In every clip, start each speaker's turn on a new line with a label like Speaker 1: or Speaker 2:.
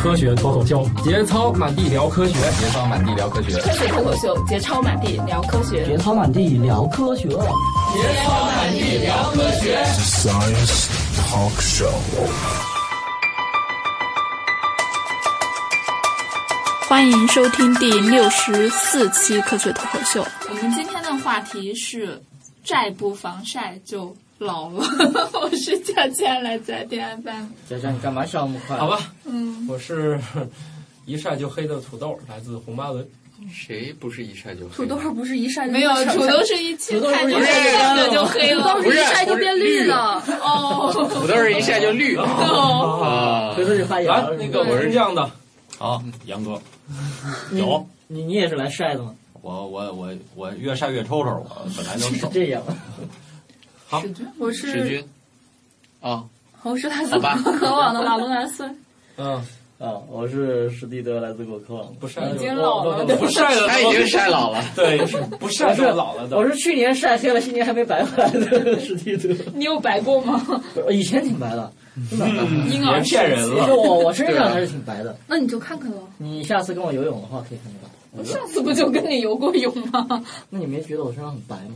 Speaker 1: 科学脱口秀，节操满地聊科学，
Speaker 2: 节操满地聊科学，
Speaker 3: 科学脱口秀，节操满地聊科学，
Speaker 4: 节操满地聊科学，节
Speaker 5: 操满地聊科学。
Speaker 6: Science Talk Show，
Speaker 7: 欢迎收听第六十四期科学脱口秀。
Speaker 3: 我们今天的话题是债不防晒就老了。 我是佳佳，来自 DFM。
Speaker 4: 佳佳，你干嘛笑那么快？
Speaker 1: 好吧，
Speaker 3: 嗯，
Speaker 1: 我是 一晒就黑的土豆，来自红八轮。
Speaker 2: 谁不是一晒就
Speaker 8: 土豆不是一晒就
Speaker 3: 没有，土豆是一起看见晒的就黑了，
Speaker 8: 一晒就变绿了。
Speaker 3: 哦，
Speaker 2: 土豆是一晒就 绿
Speaker 8: 哦
Speaker 2: 啊嗯
Speaker 4: 回头就发芽
Speaker 1: 来
Speaker 4: 了。，
Speaker 1: 那
Speaker 4: 是
Speaker 1: 个
Speaker 4: 吧
Speaker 1: 哎我是这样的，
Speaker 9: 好，杨哥，
Speaker 4: 你
Speaker 9: 有
Speaker 4: 你你也是来晒的吗？
Speaker 9: 我我我我越晒越抽抽，我本来就
Speaker 4: 就是
Speaker 9: 瘦。
Speaker 4: 这样，
Speaker 8: 我
Speaker 2: 史
Speaker 8: 是
Speaker 2: 军啊，
Speaker 8: 我是来自
Speaker 2: 好吧
Speaker 8: 渴望的马龙兰斯，
Speaker 1: 嗯，
Speaker 4: 啊，我是史蒂德，来自果壳。
Speaker 1: 不晒
Speaker 8: 已
Speaker 1: 就
Speaker 8: 经老了
Speaker 1: 不不晒的
Speaker 2: 他已经晒老了。
Speaker 1: 对，不晒就老了
Speaker 4: 我
Speaker 1: 的。
Speaker 4: 是去年晒黑了，今年还没白回来的史蒂德。
Speaker 3: 你有白过吗？
Speaker 4: 我 以前挺白的，
Speaker 8: 嗯
Speaker 4: 啊
Speaker 3: 婴
Speaker 1: 嗯别
Speaker 3: 儿
Speaker 1: 骗人
Speaker 4: 其实
Speaker 1: 了，
Speaker 4: 我我身上还是挺白的。
Speaker 8: 那你就看看喽。
Speaker 4: 你下次跟我游泳的话可以看看我
Speaker 3: 上次不就跟你游过泳 吗？
Speaker 4: 那你没觉得我身上很白吗？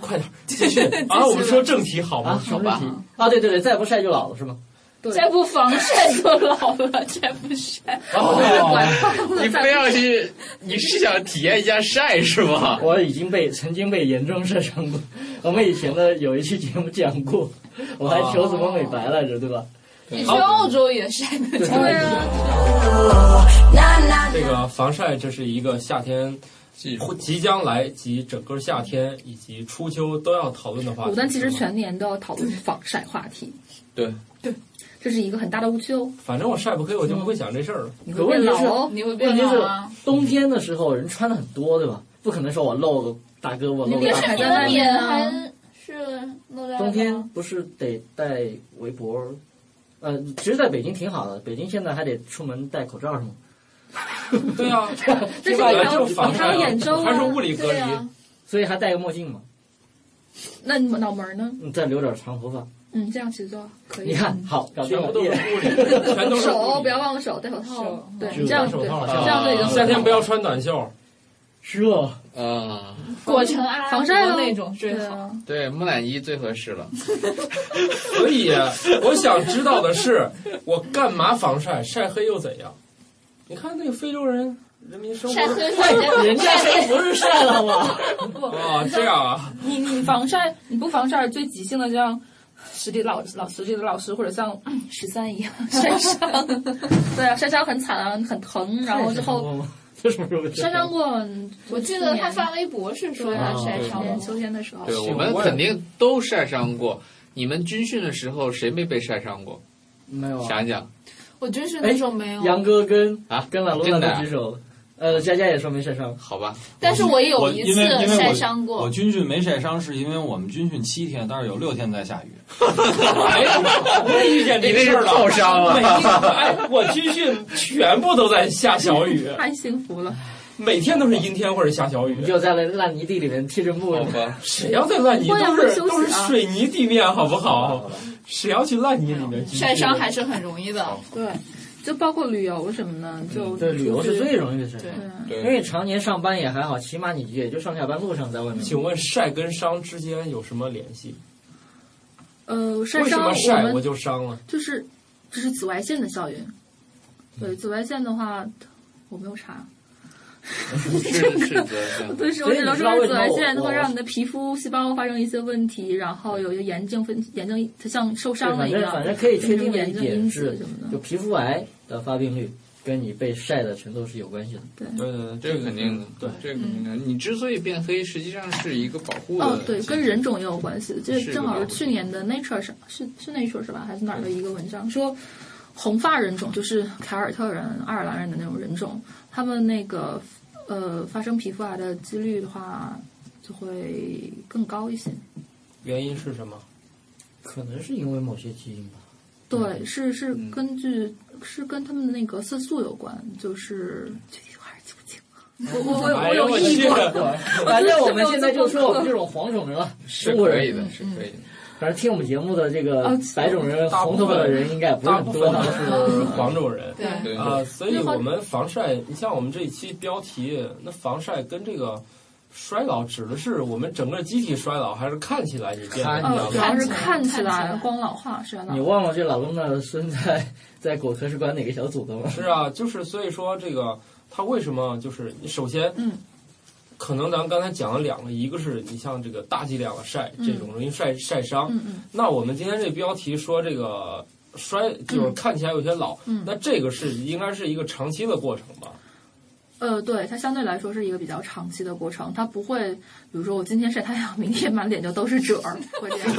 Speaker 1: 快点继续啊！我们说正题好
Speaker 4: 啊，
Speaker 1: 吗？
Speaker 4: 什么问题？啊，对对对，再不晒就老了是吗？
Speaker 3: 再不防晒就老了，再不晒。
Speaker 2: 你非要去，你是想体验一下晒是吗？
Speaker 4: 我已经被曾经被严重晒伤过， 我们以前的有一期节目讲过，我还求怎么美白来着，对吧？
Speaker 3: 你去澳洲也晒的，
Speaker 4: 对
Speaker 3: 啊
Speaker 8: 啊
Speaker 1: 这个防晒，这是一个夏天
Speaker 2: 技术
Speaker 1: 或即将来及整个夏天以及初秋都要讨论的话题。
Speaker 8: 武丹其实
Speaker 1: 是吗
Speaker 8: 全年都要讨论防晒话题，
Speaker 2: 对，
Speaker 8: 这是一个很大的误区哦。
Speaker 1: 反正我晒不黑，我就不会想这事儿了。
Speaker 8: 你
Speaker 4: 可
Speaker 8: 会
Speaker 4: 问
Speaker 8: 变
Speaker 4: 题
Speaker 8: 老
Speaker 4: 是
Speaker 8: 哦，
Speaker 3: 你会变
Speaker 4: 问题
Speaker 3: 老啊
Speaker 4: 是
Speaker 3: 吗？
Speaker 4: 冬天的时候人穿的很多，对吧？不可能说我露个大胳膊，露
Speaker 8: 你
Speaker 4: 个
Speaker 8: 脸
Speaker 4: 大
Speaker 8: 还
Speaker 4: 腿
Speaker 8: 在。外面啊
Speaker 3: 还是露在外
Speaker 4: 冬
Speaker 3: 吗
Speaker 4: 天不是得戴围脖？呃，其实在北京挺好的，北京现在还得出门戴口罩，是吗？
Speaker 1: 对啊，
Speaker 8: 嗯 这是
Speaker 1: 本来
Speaker 8: 你
Speaker 1: 就是
Speaker 8: 要
Speaker 1: 防
Speaker 8: 你
Speaker 1: 晒
Speaker 8: 要
Speaker 1: 啊
Speaker 8: 眼周
Speaker 1: 还是
Speaker 8: 啊，
Speaker 1: 物理隔离
Speaker 3: 对。啊
Speaker 4: 所以还戴个墨镜嘛，
Speaker 8: 那你脑门儿呢？
Speaker 4: 嗯再留点长头发。
Speaker 8: 嗯，这样其实就可以。
Speaker 4: 你看，好，搞定
Speaker 1: 全部
Speaker 4: 了
Speaker 1: 都。是
Speaker 4: 耶
Speaker 1: 物理，全都是物
Speaker 8: 啊手
Speaker 1: 理
Speaker 8: 不要忘了手，戴手套
Speaker 3: 手。
Speaker 8: 对，
Speaker 4: 是
Speaker 8: 这样
Speaker 1: 戴手
Speaker 8: 对，
Speaker 1: 套
Speaker 8: 这样就已经很好
Speaker 1: 夏天不要穿短袖，
Speaker 4: 热，
Speaker 2: 啊，
Speaker 3: 裹成阿拉
Speaker 8: 防晒
Speaker 3: 伯
Speaker 8: 咯
Speaker 3: 那种最
Speaker 8: 对
Speaker 3: 好。
Speaker 8: 啊，
Speaker 2: 对，木乃伊最合适了。
Speaker 1: 所以我想知道的是，我干嘛防晒？晒黑又怎样？你看那个非洲人，人民生
Speaker 3: 啊晒
Speaker 1: 活
Speaker 3: 黑晒
Speaker 4: 人家这不是晒了吗？
Speaker 1: 啊，这样啊，
Speaker 3: 你你防晒你不防晒最急性的像史蒂老老史蒂的老师或者像嗯十三一样晒伤，
Speaker 8: 对啊，晒伤很惨啊，很疼， 然后之 后
Speaker 4: 这什么时候
Speaker 8: 晒伤过。
Speaker 3: 我记得他发微博是说他
Speaker 8: 哦
Speaker 3: 晒伤了
Speaker 8: 年。秋天的时候，
Speaker 2: 对，
Speaker 1: 行
Speaker 2: 我们
Speaker 1: 我也
Speaker 2: 肯定都晒伤过。你们军训的时候谁没被晒伤过？
Speaker 4: 没有啊？
Speaker 2: 想想，
Speaker 3: 我军训的时候没有，
Speaker 4: 杨哥跟
Speaker 2: 啊
Speaker 4: 跟马龙
Speaker 2: 真的
Speaker 4: 娜
Speaker 2: 啊
Speaker 4: 举手，呃，佳佳也说没晒伤。
Speaker 2: 好吧，
Speaker 3: 但是我有
Speaker 9: 我
Speaker 3: 一
Speaker 9: 因
Speaker 3: 次
Speaker 9: 为因为
Speaker 3: 晒
Speaker 9: 我
Speaker 3: 伤
Speaker 9: 我
Speaker 3: 过。
Speaker 9: 军训没晒伤，是因为我们军训七天，但是有六天在下雨。
Speaker 1: 哎，我也遇见
Speaker 2: 你
Speaker 1: 这个
Speaker 2: 那
Speaker 1: 事
Speaker 2: 是
Speaker 1: 儿了。
Speaker 2: 泡伤
Speaker 8: 啊
Speaker 1: 每一
Speaker 2: 了。
Speaker 1: 哎，我军训全部都在下小雨，
Speaker 8: 太幸福了。
Speaker 1: 每天都是阴天或者下小
Speaker 4: 你
Speaker 1: 雨。
Speaker 4: 就在那烂泥地里面踢着木
Speaker 2: 好
Speaker 4: 头。
Speaker 2: 吧，
Speaker 1: 谁要在烂泥
Speaker 8: 会啊
Speaker 1: 都是
Speaker 8: 会休息啊
Speaker 1: 都是水泥地面，好不
Speaker 4: 好
Speaker 1: 好？
Speaker 4: 吧
Speaker 1: 谁要去烂泥里面军训？
Speaker 3: 晒伤还是很容易的，
Speaker 8: 对，就包括旅游什么的，就
Speaker 4: 嗯对，旅游是最容易的事
Speaker 3: 对
Speaker 4: 情，
Speaker 2: 对，
Speaker 4: 因为常年上班也还好，起码你也就上下班路上在外面。
Speaker 8: 嗯
Speaker 1: 请问晒跟伤之间有什么联系？
Speaker 8: 呃晒
Speaker 1: 为什
Speaker 8: 伤，
Speaker 1: 么晒
Speaker 8: 我
Speaker 1: 我
Speaker 8: 们
Speaker 1: 就伤了？
Speaker 8: 就是这是紫外线的效应。对，紫外线的话，我没有查。
Speaker 2: 是是这 样。
Speaker 8: 对，是我
Speaker 4: 所以
Speaker 8: 只
Speaker 4: 你
Speaker 8: 能
Speaker 4: 知
Speaker 8: 说
Speaker 4: 道
Speaker 8: 是
Speaker 4: 为
Speaker 8: 紫
Speaker 4: 什么
Speaker 8: 外
Speaker 4: 我
Speaker 8: 线它
Speaker 4: 我
Speaker 8: 会让你的皮肤细胞发生一些问题，然后有一个炎症分炎症，它像受
Speaker 4: 对
Speaker 8: 伤了
Speaker 4: 反
Speaker 8: 一
Speaker 4: 正
Speaker 8: 样，
Speaker 4: 反正可以确定的
Speaker 8: 炎
Speaker 4: 一
Speaker 8: 症
Speaker 4: 点
Speaker 8: 因子
Speaker 4: 是
Speaker 8: 什么，
Speaker 4: 就
Speaker 8: 的。
Speaker 4: 皮肤癌的发病率跟你被晒的程度是有关系的。
Speaker 1: 对对对，
Speaker 2: 这个肯定的，
Speaker 1: 对，
Speaker 2: 这个肯定的。你之所以变黑，实际上是一个保护的
Speaker 8: 哦，对，
Speaker 2: 机制
Speaker 8: 跟人种也有关系。这
Speaker 2: 是个
Speaker 8: 正好
Speaker 2: 保
Speaker 8: 是
Speaker 2: 护
Speaker 8: 去年的 Nature 上是是 Nature 是吧？还是哪儿的一个文章说，红发人种就是凯尔特人、爱尔兰人的那种人种，他们那个呃发生皮肤癌的几率的话，就会更高一些。
Speaker 1: 原因是什么？
Speaker 4: 可能是因为某些基因吧。
Speaker 8: 对，是是
Speaker 2: 嗯
Speaker 8: 根据是跟他们的那个色素有关，就是具体我还是记不清了。我我我
Speaker 1: 哎
Speaker 8: 我
Speaker 1: 呦
Speaker 8: 有
Speaker 1: 我
Speaker 8: 异
Speaker 1: 去
Speaker 8: 过，，
Speaker 4: 反正我们现在就说我们这种黄种人啊，
Speaker 2: 是
Speaker 4: 中国
Speaker 2: 可以
Speaker 4: 人
Speaker 8: 嗯
Speaker 2: 的，是可以的。
Speaker 4: 反正听我们节目的这个
Speaker 8: 啊
Speaker 4: 白种人、
Speaker 1: 大
Speaker 4: 红
Speaker 1: 部分
Speaker 4: 头发的人应该也不是
Speaker 1: 大
Speaker 4: 很
Speaker 1: 部
Speaker 4: 多啊
Speaker 1: 分
Speaker 4: 吧
Speaker 1: 都？是黄种人。
Speaker 3: 对
Speaker 8: 对
Speaker 9: 对
Speaker 1: 啊、所以我们防晒，你像我们这一期标题，那防晒跟这个衰老指的是我们整个机体衰老，还是看起来你变得
Speaker 4: 看起
Speaker 1: 比
Speaker 4: 来
Speaker 1: 较
Speaker 8: 呃，主
Speaker 1: 老？
Speaker 8: 要是
Speaker 3: 看
Speaker 8: 看
Speaker 3: 起
Speaker 8: 起
Speaker 3: 来
Speaker 8: 来光老化是吧？
Speaker 4: 你忘了这老公的孙在在果科是管哪个小组的吗？
Speaker 1: 是啊，就是所以说这个它为什么就是你首先，
Speaker 8: 嗯，
Speaker 1: 可能咱们刚才讲了两个，一个是你像这个大剂量的晒，这种容易晒晒伤。
Speaker 8: 嗯嗯
Speaker 1: 那我们今天这标题说这个衰，就是看起来有些老，
Speaker 8: 嗯
Speaker 1: 那这个是应该是一个长期的过程吧？
Speaker 8: 呃，对，它相对来说是一个比较长期的过程，它不会，比如说我今天晒太阳， 明天满脸就都是褶儿，会这样。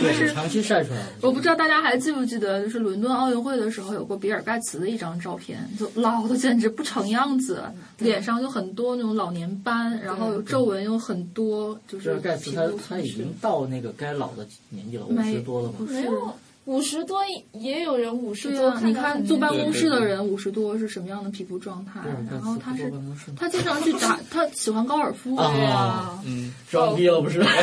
Speaker 4: 对，长期晒出来
Speaker 8: 我不知道大家还记不记得，就是伦敦奥运会的时候有过比尔盖茨的一张照片，就老的简直不成样子，脸上有很多那种老年斑，然后有皱纹有很多，就
Speaker 4: 就是是盖茨
Speaker 8: 皮
Speaker 4: 他
Speaker 8: 肤
Speaker 4: 他
Speaker 8: 损
Speaker 4: 已
Speaker 8: 失
Speaker 4: 经到那个该老的年纪了，五
Speaker 8: 没
Speaker 4: 十多了嘛。
Speaker 8: 不
Speaker 3: 没
Speaker 8: 是。
Speaker 3: 有五十多也有人五十
Speaker 8: 对
Speaker 3: 多
Speaker 8: 啊，，
Speaker 3: 着
Speaker 8: 你看
Speaker 3: 很
Speaker 8: 坐办
Speaker 9: 对
Speaker 8: 公
Speaker 9: 对
Speaker 8: 室的
Speaker 9: 对
Speaker 8: 人五十多是什么样的皮肤状态
Speaker 4: 嗯对，？盖
Speaker 8: 啊
Speaker 4: 茨不
Speaker 8: 然后他
Speaker 4: 坐
Speaker 8: 是
Speaker 4: 办公室吗
Speaker 8: 他经常去打，他喜欢高尔夫
Speaker 4: 啊
Speaker 3: 对啊，
Speaker 1: 嗯，
Speaker 4: 装逼又不是？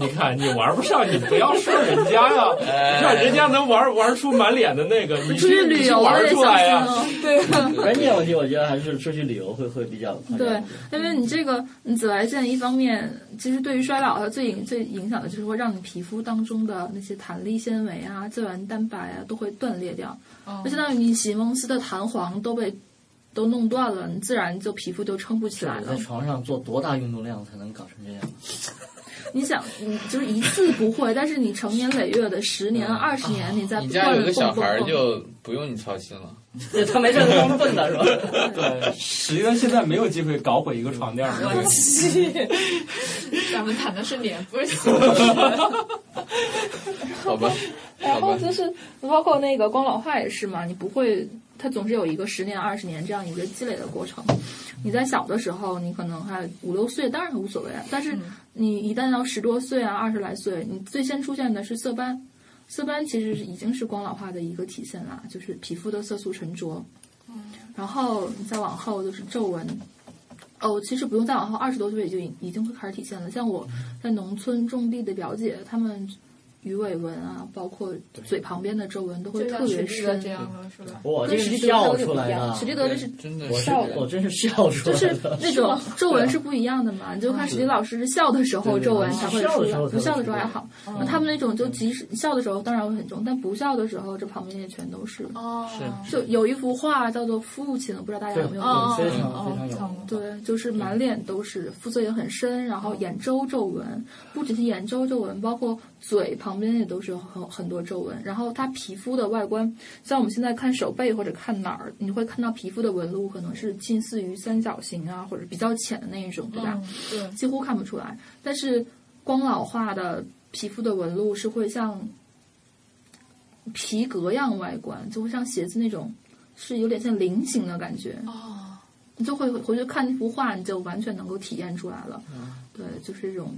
Speaker 1: 你看你玩不上，你不要说人家呀、让人家能玩玩出满脸的那个，你
Speaker 8: 出去
Speaker 4: 啊
Speaker 8: 旅
Speaker 1: 你
Speaker 8: 游
Speaker 1: 玩
Speaker 8: 也
Speaker 1: 出
Speaker 8: 小
Speaker 1: 来
Speaker 8: 心
Speaker 1: 呀、
Speaker 8: 哦。
Speaker 4: 关键问题我觉得还是出去旅游会会比较好一
Speaker 8: 对
Speaker 4: 点，
Speaker 8: 因为你这个你紫外线，一方面其实对于衰老，它最影最影响的就是会让你皮肤当中的那些弹力纤维啊、胶原蛋白啊都会断裂掉，
Speaker 3: 哦
Speaker 8: 就相当于你席梦思的弹簧都被都弄断了，你自然就皮肤就撑不起来
Speaker 4: 啊我在
Speaker 8: 了。
Speaker 4: 床上做多大运动量才能搞成这样？
Speaker 8: 你想，你就是一次不会，但是你成年累月的十年、二十年，你在
Speaker 2: 嗯你
Speaker 8: 不
Speaker 2: 家
Speaker 8: 断
Speaker 2: 有
Speaker 8: 的
Speaker 2: 个小
Speaker 8: 蹦
Speaker 2: 孩儿
Speaker 8: 蹦蹦。
Speaker 2: 就不用你操心了。
Speaker 4: 对他没事他们笨的是吧？
Speaker 1: 对，实际上现在没有机会搞毁一个床垫儿。
Speaker 4: 嗯
Speaker 3: 我去，咱们谈的是脸， 不是心理
Speaker 2: 好吧，
Speaker 8: 然后就是包括那个光老化也是嘛，你不会，它总是有一个十年、二十年这样一个积累的过程。你在小的时候，你可能还五六岁，当然无所谓啊。但是你一旦到十多岁啊、二十来岁，你最先出现的是色斑。色斑其实是已经是光老化的一个体现啦，就是皮肤的色素沉着。然后你再往后就是皱纹。哦，其实不用再往后，二十多岁就已已经会开始体现了。像我
Speaker 4: 嗯
Speaker 8: 在农村种地的表姐，她们鱼尾纹啊，包括嘴旁边的皱纹都会
Speaker 3: 就
Speaker 8: 特
Speaker 3: 像
Speaker 8: 别
Speaker 3: 史蒂德
Speaker 8: 深
Speaker 3: 这。样了，是 吧？
Speaker 4: 我这是
Speaker 8: 跟史蒂
Speaker 4: 笑
Speaker 8: 德就
Speaker 4: 出
Speaker 8: 不
Speaker 4: 来
Speaker 8: 一样，
Speaker 4: 的啊
Speaker 8: 史，蒂 德这是
Speaker 2: 真的
Speaker 4: 我
Speaker 2: 是
Speaker 4: 是 我真是笑出
Speaker 8: 就
Speaker 4: 来
Speaker 8: 是
Speaker 4: 的。
Speaker 8: 那种皱纹是不一样的嘛，你就看史迪老师是笑的时候
Speaker 4: 对对
Speaker 8: 皱纹才会
Speaker 4: 笑
Speaker 8: 出
Speaker 4: 的
Speaker 8: 来
Speaker 4: 时候，才
Speaker 8: 不
Speaker 4: 会嗯
Speaker 8: 笑的时
Speaker 4: 出
Speaker 8: 候还
Speaker 4: 来
Speaker 8: 好。那他们那种就即使笑的时候当然会很重，但不笑的时候这旁边也全都是。
Speaker 3: 哦，
Speaker 8: 就有一幅画叫做《父亲》，不知道大家
Speaker 4: 对，
Speaker 8: 有没
Speaker 4: 非
Speaker 8: 有
Speaker 3: 哦
Speaker 4: 常
Speaker 8: 看过？
Speaker 4: 非
Speaker 3: 哦
Speaker 4: 常
Speaker 3: 哦
Speaker 4: 有
Speaker 3: 看
Speaker 4: 名
Speaker 3: 过。
Speaker 8: 对，就是满脸都是，肤色也很深，然后眼周皱纹，不只是眼周皱纹，包括嘴旁边也都是很很多皱纹。然后它皮肤的外观，像我们现在看手背或者看哪儿，你会看到皮肤的纹路可能是近似于三角形啊，或者比较浅的那一种，对吧？
Speaker 3: 嗯，对，
Speaker 8: 几乎看不出来。但是光老化的皮肤的纹路是会像皮革样外观，就会像鞋子那种，是有点像菱形的感觉。
Speaker 3: 哦，
Speaker 8: 你就会回去看那幅画，你就完全能够体验出来了。对，就是这种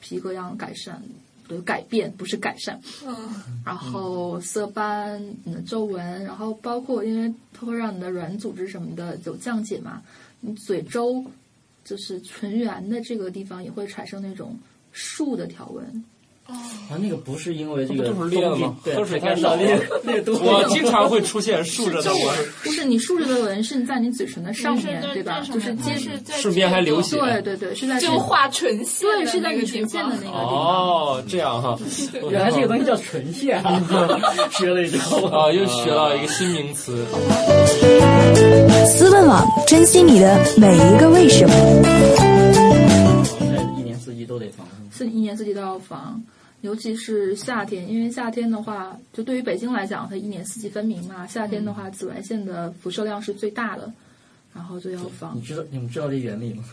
Speaker 8: 皮革样改善。对，改变不是改善，
Speaker 3: 嗯，
Speaker 8: 然后色斑、你的皱纹，然后包括因为它会让你的软组织什么的有降解嘛，你嘴周就是唇缘的这个地方也会产生那种竖的条纹，
Speaker 4: 啊，那个不是因为这个
Speaker 1: 这不是裂了吗
Speaker 4: 冬季对
Speaker 1: 喝水
Speaker 4: 太
Speaker 1: 太
Speaker 4: 少
Speaker 1: 少
Speaker 4: 裂
Speaker 1: 了
Speaker 4: 裂多
Speaker 1: 我
Speaker 4: 了。
Speaker 1: 经常会出现竖着的
Speaker 8: 我
Speaker 1: 纹，
Speaker 8: 不是你竖着的纹是你在你嘴唇的上
Speaker 3: 是
Speaker 8: 面
Speaker 3: 在
Speaker 8: 对吧？
Speaker 3: 在上
Speaker 8: 就是
Speaker 3: 面
Speaker 8: 接
Speaker 3: 它是在
Speaker 1: 顺便还流血
Speaker 8: 对对对，是在
Speaker 3: 就画唇线的
Speaker 8: 对
Speaker 3: 那个地方，
Speaker 8: 是在你唇线的那个地方。
Speaker 1: 哦，这样哈，
Speaker 4: 原来这个东西叫唇线啊， 学了一招。
Speaker 1: 啊，又学到一个新名词。
Speaker 10: 思问网，珍惜你的每一个为什么。
Speaker 4: 这一年四季都得防。
Speaker 8: 是一年四季都要防，尤其是夏天，因为夏天的话，就对于北京来讲，它一年四季分明嘛。夏天的
Speaker 4: 嗯
Speaker 8: 话，紫外线的辐射量是最大的，然后就要防
Speaker 4: 你。知道你们知道这原理吗？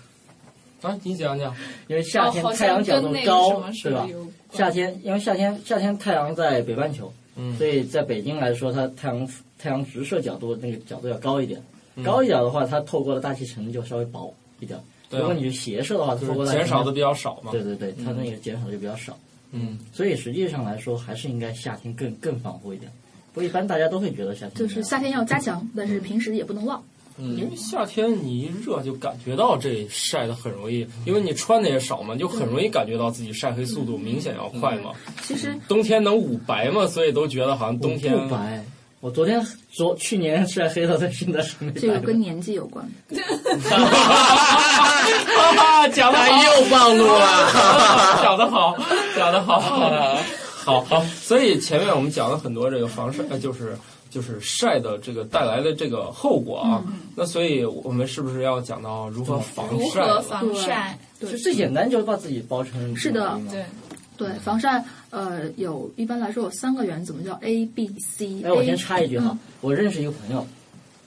Speaker 1: 啊，你讲讲，
Speaker 4: 因为夏天
Speaker 3: 哦好像
Speaker 4: 太阳角度
Speaker 3: 跟那个什
Speaker 4: 高
Speaker 3: 么，是
Speaker 4: 对吧
Speaker 3: 有关？
Speaker 4: 夏天因为夏天夏天太阳在北半球，
Speaker 1: 嗯
Speaker 4: 所以在北京来说，它太阳太阳直射角度那个角度要高一点，
Speaker 1: 嗯
Speaker 4: 高一点的话，它透过的大气层就稍微薄一点。
Speaker 1: 对啊
Speaker 4: 如果你是斜射的话，它
Speaker 1: 就
Speaker 4: 透过
Speaker 1: 是
Speaker 4: 大气
Speaker 1: 减
Speaker 4: 层
Speaker 1: 少的比嗯较少嘛。
Speaker 4: 对对对，它那个减少的就比较少。
Speaker 1: 嗯，
Speaker 4: 所以实际上来说，还是应该夏天更更防护一点。不过一般大家都会觉得夏天嗯
Speaker 8: 就是夏天要加强，但是平时也不能忘。
Speaker 1: 因
Speaker 2: 嗯
Speaker 1: 为夏天你一热就感觉到这晒的很容易，因为你穿的也少嘛，就很容易感觉到自己晒黑速度明显要快嘛。
Speaker 8: 其
Speaker 4: 嗯
Speaker 8: 实
Speaker 1: 冬天能捂白嘛，所以都觉得好像冬天
Speaker 4: 我不白。我昨天昨去年晒黑了，但现在还没白。
Speaker 8: 这个跟年纪有关。
Speaker 1: 讲的
Speaker 2: 哎
Speaker 8: 哎
Speaker 1: 又暴露了，讲的好，讲的好，好好。所以前面我们讲了很多这个防晒，呃就是就是晒的这个带来的这个后果啊。那所以我们是不是要讲到如何防
Speaker 3: 如
Speaker 1: 晒
Speaker 3: 何
Speaker 4: 啊
Speaker 1: 了？
Speaker 3: 防晒？
Speaker 4: 就最简单就是把自己包成
Speaker 8: 是的
Speaker 4: 一个
Speaker 3: 对，
Speaker 8: 对，防晒呃有一般来说有三个原则嘛，叫 A、B、C。
Speaker 4: 哎，我先插一句哈，我认识一个朋友，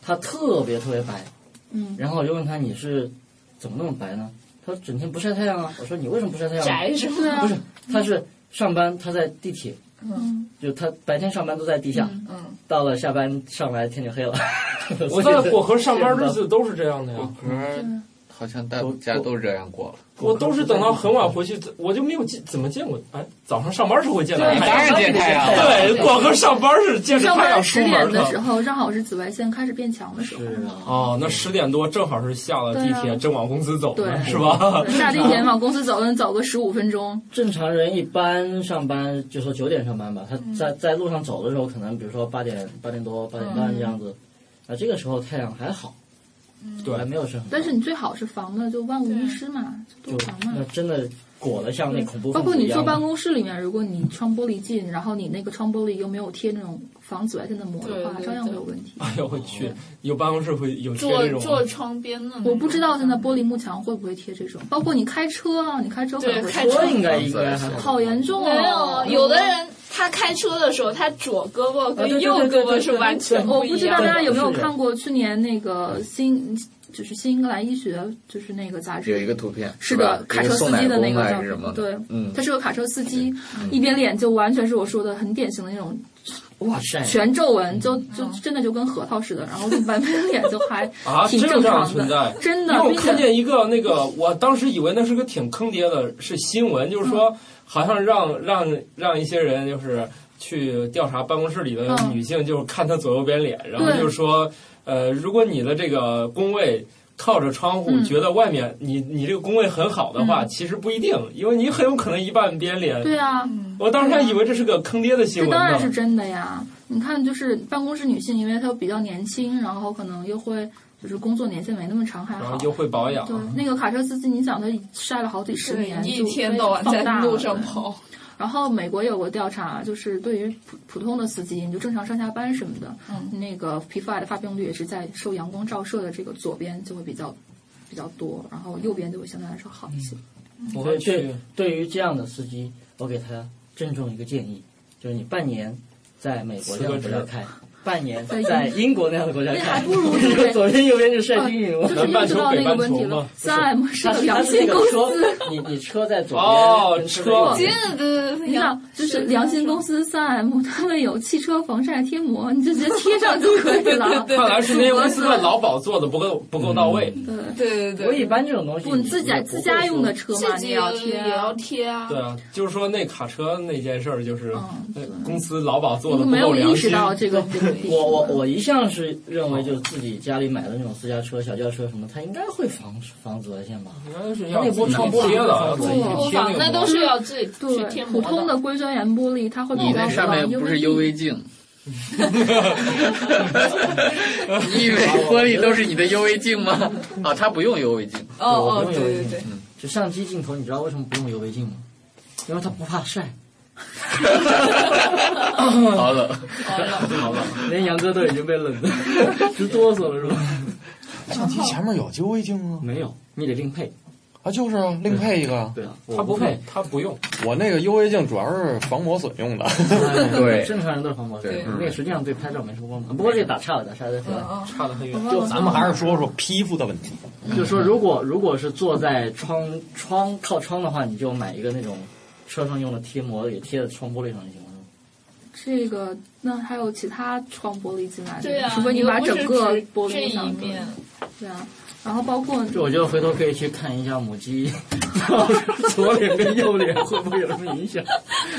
Speaker 4: 他特别特别白，
Speaker 8: 嗯，
Speaker 4: 然后我就问他你是怎么那么白呢？他说整天不晒太阳啊。我说你为什么不晒太阳啊？
Speaker 3: 宅是吗？
Speaker 4: 不是，他是上班他在地铁，嗯，就他白天上班都在地下，
Speaker 3: 嗯，
Speaker 4: 到了下班上来天就黑了。
Speaker 1: 嗯 我在果核上班日子都是这样的呀
Speaker 2: 果，壳好像大家都这样过了。
Speaker 1: 我都是等到很晚回去，我就没有见怎么见过。哎，早上上班是会见到
Speaker 8: 哎
Speaker 2: 你
Speaker 1: 太
Speaker 2: 当
Speaker 1: 阳，
Speaker 2: 然见太阳 了，
Speaker 1: 对，果核上班是见着
Speaker 8: 上
Speaker 1: 太阳
Speaker 8: 班
Speaker 1: 出
Speaker 8: 十点
Speaker 1: 门
Speaker 8: 的时
Speaker 1: 的。
Speaker 8: 候，正好是紫外线开始变强的时候。
Speaker 4: 是啊，
Speaker 1: 哦，那十点多正好是下了地
Speaker 8: 对
Speaker 1: 铁，
Speaker 8: 啊
Speaker 1: 正往公司走呢，
Speaker 8: 对
Speaker 1: 是吧？
Speaker 8: 对下地铁往公司走，能走个十五分钟。
Speaker 4: 正常人一般上班就说九点上班吧，他在在路上走的时候，可能比如说八点八点多八点半这样子，啊，这个时候太阳还好，
Speaker 1: 对
Speaker 4: 还没有是很，
Speaker 8: 但是你最好是防的，就万无一失嘛，就
Speaker 4: 就
Speaker 8: 多防
Speaker 4: 那
Speaker 8: 嘛。
Speaker 4: 真的裹得像那恐怖
Speaker 8: 包
Speaker 4: 分
Speaker 8: 括
Speaker 4: 子一
Speaker 8: 你
Speaker 4: 样
Speaker 8: 坐
Speaker 4: 的。
Speaker 8: 办公室里面，如果你窗玻璃近，然后你那个窗玻璃又没有贴那种防紫外线的膜的话，
Speaker 3: 对对
Speaker 8: 照样会
Speaker 3: 对嗯
Speaker 8: 有问题。
Speaker 1: 哎呦我去，有办公室会有贴
Speaker 3: 坐
Speaker 1: 那种
Speaker 3: 坐窗边的那种。
Speaker 8: 我不知道现在玻璃幕墙会不会贴这种，包括你开车啊，你开车会不
Speaker 3: 对
Speaker 8: 会
Speaker 3: 开
Speaker 8: 贴
Speaker 3: 车
Speaker 4: 说应该应该还
Speaker 8: 好严重
Speaker 3: 没
Speaker 8: 哦！
Speaker 3: 有，有的人他开车的时候，他左胳膊跟右胳膊是完全
Speaker 8: 我
Speaker 3: 一
Speaker 8: 不知道
Speaker 3: 样
Speaker 8: 大家
Speaker 3: 的。
Speaker 8: 有没有
Speaker 4: 是的
Speaker 8: 看过去年那个新，就是新英格兰医学，就是那个杂志
Speaker 2: 有一个图片
Speaker 8: 是
Speaker 2: 吧
Speaker 8: 的，卡车司机的那
Speaker 2: 一送奶工
Speaker 8: 个
Speaker 2: 还
Speaker 8: 照
Speaker 2: 是什么
Speaker 8: 片，啊
Speaker 2: 的
Speaker 8: 对，
Speaker 2: 嗯
Speaker 8: 他，是个卡车司机，一边脸就完全是我说的很典型的那种
Speaker 4: 哇塞，
Speaker 8: 全皱纹，就就
Speaker 1: 嗯
Speaker 8: 真的就跟核桃似的，然后就满边脸就 还
Speaker 1: 啊，
Speaker 8: 挺
Speaker 1: 真有
Speaker 8: 正
Speaker 1: 这样的
Speaker 8: 常
Speaker 1: 存在
Speaker 8: 的，。真的
Speaker 1: 因为我
Speaker 8: 并且
Speaker 1: 看见一个那个，我当时以为那是个挺坑爹的，是新闻，就是说
Speaker 8: 嗯
Speaker 1: 好像让让让一些人就是去调查办公室里的
Speaker 8: 嗯
Speaker 1: 女性，就是看她左右边脸，然后
Speaker 8: 对
Speaker 1: 就是说，呃，如果你的这个工位。靠着窗户，
Speaker 8: 嗯
Speaker 1: 觉得外面你你这个工位很好的话，其实不一定，因为你很有可能一半边脸。
Speaker 8: 对啊，
Speaker 1: 我当时还以为这是个坑爹的新
Speaker 8: 这
Speaker 1: 闻
Speaker 8: 当然是
Speaker 1: 呢。
Speaker 8: 真的呀。你看，就是办公室女性，因为她比较年轻，然后可能又会就是工作年限没那么长，还
Speaker 1: 然后
Speaker 8: 好。
Speaker 1: 又会保养
Speaker 8: 对，，那个卡车司机，你想他晒了好几十
Speaker 3: 对
Speaker 8: 年，
Speaker 3: 一
Speaker 8: 就
Speaker 3: 天到晚
Speaker 8: 被
Speaker 3: 在
Speaker 8: 放大
Speaker 3: 路
Speaker 8: 了
Speaker 3: 上。
Speaker 8: 对
Speaker 3: 跑，
Speaker 8: 然后美国有个调查，就是对于普普通的司机，你就正常上下班什么的，
Speaker 3: 嗯
Speaker 8: 那个皮肤癌的发病率也是在受阳光照射的这个左边就会比较比较多，然后右边就会相对来说好一些。
Speaker 1: 我
Speaker 4: 所以
Speaker 1: 去
Speaker 4: 对，对于这样的司机，我给他郑重一个建议，就是你半年在美国这样的国家开，半年在英国那样的国家
Speaker 8: 那
Speaker 4: 开，
Speaker 8: 还不如
Speaker 4: 你
Speaker 8: 对
Speaker 4: 左边右边就晒均匀了
Speaker 8: 就。是又知道那个问题了，三 M 是
Speaker 4: 他
Speaker 8: 个
Speaker 4: 是他
Speaker 8: 良
Speaker 4: 是
Speaker 8: 心
Speaker 4: 那
Speaker 8: 公
Speaker 4: 个
Speaker 8: 司。
Speaker 4: 车，你你车在左边，
Speaker 1: 哦
Speaker 4: 跟
Speaker 1: 车
Speaker 4: 右边
Speaker 3: 对对对，
Speaker 8: 你想，就是良心公司三 M，他们有汽车防晒贴膜，你就直接贴上就 可以了。对嗯
Speaker 1: 看来是那些公司的老鸨做的不够不够到位。
Speaker 3: 对对对，
Speaker 4: 我一般这种东西，
Speaker 8: 不，你自己
Speaker 4: 也不会
Speaker 8: 自家用的
Speaker 4: 说
Speaker 8: 车嘛，
Speaker 3: 自
Speaker 8: 你
Speaker 3: 己
Speaker 8: 也要贴
Speaker 3: 也要
Speaker 8: 啊。
Speaker 3: 贴啊。
Speaker 1: 对啊，就是说那卡车那件事儿，就是
Speaker 8: 嗯
Speaker 1: 呃
Speaker 8: 对
Speaker 1: 公司劳保做的
Speaker 8: 你
Speaker 1: 不
Speaker 8: 没
Speaker 1: 够
Speaker 8: 有
Speaker 1: 良
Speaker 8: 意识
Speaker 1: 心。
Speaker 8: 到这个这个地方。
Speaker 4: 我我我一向是认为，就是自己家里买的那种私家车、小轿车什么，它应该会防防紫外线吧？
Speaker 1: 应该是要
Speaker 4: 那波窗
Speaker 1: 自己贴的，要
Speaker 4: 户
Speaker 1: 自己
Speaker 3: 不
Speaker 1: 贴
Speaker 3: 妨那
Speaker 1: 那
Speaker 3: 都
Speaker 1: 个。
Speaker 3: 是要自己去
Speaker 8: 对
Speaker 3: 贴
Speaker 8: 普
Speaker 3: 膜
Speaker 8: 通的硅胶原玻璃，它
Speaker 3: 嗯
Speaker 8: 会
Speaker 2: 你
Speaker 8: 比较
Speaker 2: 那上面
Speaker 8: 防
Speaker 2: 不是
Speaker 8: UVB
Speaker 2: UV 镜，你以为玻璃都是你的 UV 镜吗？啊，它不用 UV 镜，
Speaker 3: 哦哦，对对对，
Speaker 4: 就相机镜头，你知道为什么不用 UV 镜吗？因为它不怕晒。
Speaker 2: 好冷。
Speaker 4: 连杨哥都已经被冷 的直哆嗦了，是吧？
Speaker 9: 相机前面有 UV 镜吗？
Speaker 4: 没有，你得另配。
Speaker 9: 啊，就是啊，另配一个。
Speaker 4: 对啊，
Speaker 1: 他不配，他不用。
Speaker 9: 我那个 UV 镜主要是防磨损用的。
Speaker 4: 哎。
Speaker 2: 对
Speaker 4: 正常人都是防磨
Speaker 2: 对嗯
Speaker 4: 对，那个实际上对拍照没什哦么帮忙。不过这个打岔了，打岔了，对吧？
Speaker 1: 差得很远。
Speaker 4: 就
Speaker 9: 咱们还是说说皮肤的问题。
Speaker 4: 就说如果如果是坐在窗窗靠窗的话，你就买一个那种车上用的贴膜，也贴在窗玻璃上就行了。
Speaker 8: 这个，那还有其他窗玻璃进来的，
Speaker 3: 对啊，
Speaker 8: 除非你把整个
Speaker 3: 又
Speaker 8: 玻
Speaker 3: 不是
Speaker 8: 璃
Speaker 3: 只这一
Speaker 8: 上的
Speaker 3: 面，
Speaker 8: 对啊，然后包括
Speaker 4: 就我觉得回头可以去看一下母鸡 左脸跟右脸会不会有什么影响，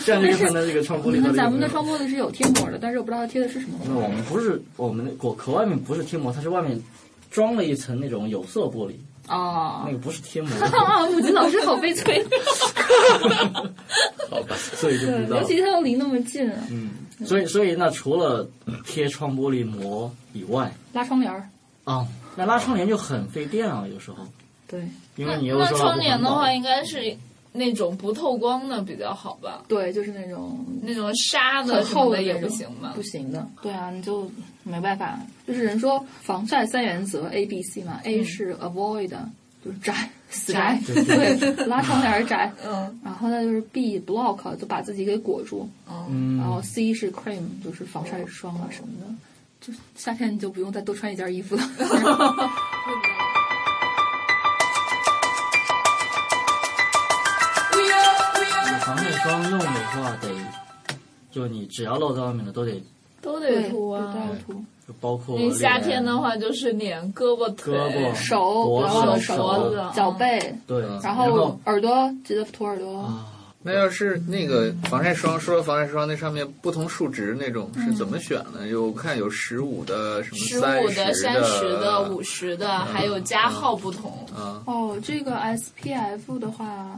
Speaker 4: 这样就可以判断这个窗玻璃
Speaker 8: 你
Speaker 4: 到
Speaker 8: 看
Speaker 4: 底有
Speaker 8: 咱们
Speaker 4: 没
Speaker 8: 的
Speaker 4: 有。
Speaker 8: 窗玻璃是嗯有贴膜的，但是我不知道它贴的是什么膜。
Speaker 4: 那我们不是我们的果壳外面不是贴膜，它是外面装了一层那种有色玻璃，
Speaker 8: 哦
Speaker 4: 那个不是贴 膜，
Speaker 8: 啊，母鸡老师好悲 催，
Speaker 1: 好吧，所以就不知道
Speaker 8: 尤。其他又离那么近，啊
Speaker 4: 嗯，所以所以那除了贴窗玻璃膜以外，
Speaker 8: 拉窗帘儿。
Speaker 4: 啊，那拉窗帘就很费电啊，有时候，
Speaker 8: 对
Speaker 4: 因
Speaker 3: 那
Speaker 4: 为你又
Speaker 3: 那
Speaker 4: 说
Speaker 3: 窗帘的话，应该是那种不透光的比较好吧？
Speaker 8: 对，就是那种
Speaker 3: 那种纱的
Speaker 8: 很
Speaker 3: 什
Speaker 8: 厚的
Speaker 3: 么的也
Speaker 8: 那
Speaker 3: 不
Speaker 8: 种
Speaker 3: 行吧？
Speaker 8: 不行的。对啊，你就没办法。就是人说防晒三原则 A、B、C 嘛，A 是 avoid，就是嗯宅，死宅，
Speaker 4: 宅
Speaker 8: 对，拉窗帘儿宅。
Speaker 3: 嗯
Speaker 8: 然后呢，就是 B block 就把自己给裹住，
Speaker 3: 嗯
Speaker 4: 嗯
Speaker 8: 然后 C 是 cream 就是防晒霜啊什么的，就是夏天你就不用再多穿一件衣服了。
Speaker 4: 防晒霜用的话得，就你只要露在外面的都得，
Speaker 3: 都
Speaker 8: 对
Speaker 3: 得涂啊
Speaker 8: 都。要涂
Speaker 4: 就包括
Speaker 3: 你夏天的
Speaker 4: 脸，
Speaker 3: 话就是脸、胳膊、腿、
Speaker 4: 胳膊
Speaker 8: 手，
Speaker 4: 脖
Speaker 8: 然后
Speaker 4: 子
Speaker 8: 手
Speaker 3: 脖子、
Speaker 8: 脚背，
Speaker 4: 对，
Speaker 8: 然
Speaker 4: 嗯然
Speaker 8: 后耳朵记得涂耳朵。哦
Speaker 4: 啊，
Speaker 2: 那要是那个防晒霜，说防晒霜那上面不同数值那种是怎么选的？有我看有十五的什么
Speaker 3: 嗯十五
Speaker 2: 十
Speaker 3: 的、三十的、五十的，还有
Speaker 4: 嗯
Speaker 3: 加号不同。
Speaker 2: 啊，
Speaker 8: 哦，这个 SPF 的话，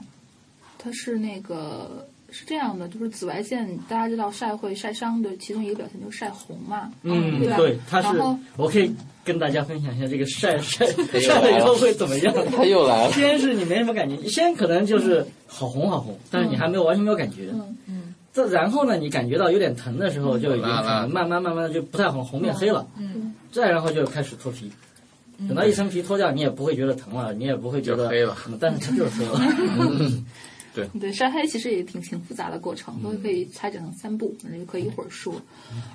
Speaker 8: 它是那个是这样的，就是紫外线，大家知道晒会晒伤的，其中一个表现就是晒红嘛。
Speaker 4: 嗯，
Speaker 8: 对吧
Speaker 4: 对，它
Speaker 8: 然
Speaker 4: 是
Speaker 8: 后，
Speaker 4: 我可以跟大家分享一下这个 晒晒
Speaker 2: 哎
Speaker 4: 晒了以后会怎么样。
Speaker 2: 他又来了，
Speaker 4: 先是你没什么感觉，先可能就是好红好红，但是你还没有完全没有感觉。
Speaker 8: 嗯
Speaker 3: 嗯。
Speaker 4: 这然后呢，你感觉到有点疼的时候，
Speaker 2: 嗯
Speaker 4: 就已经
Speaker 2: 麻
Speaker 4: 可
Speaker 2: 了
Speaker 4: 能慢慢慢慢的就不太红，红变黑了。
Speaker 3: 嗯。
Speaker 4: 再然后就开始脱皮，等到一层皮脱掉，你也不会觉得疼了，你也不会觉
Speaker 2: 嗯就
Speaker 4: 得
Speaker 2: 黑了
Speaker 4: 嗯但是它就是黑了。
Speaker 8: 对，晒黑其实也挺挺复杂的过程，都可以拆解成三步，那就可以一会儿说。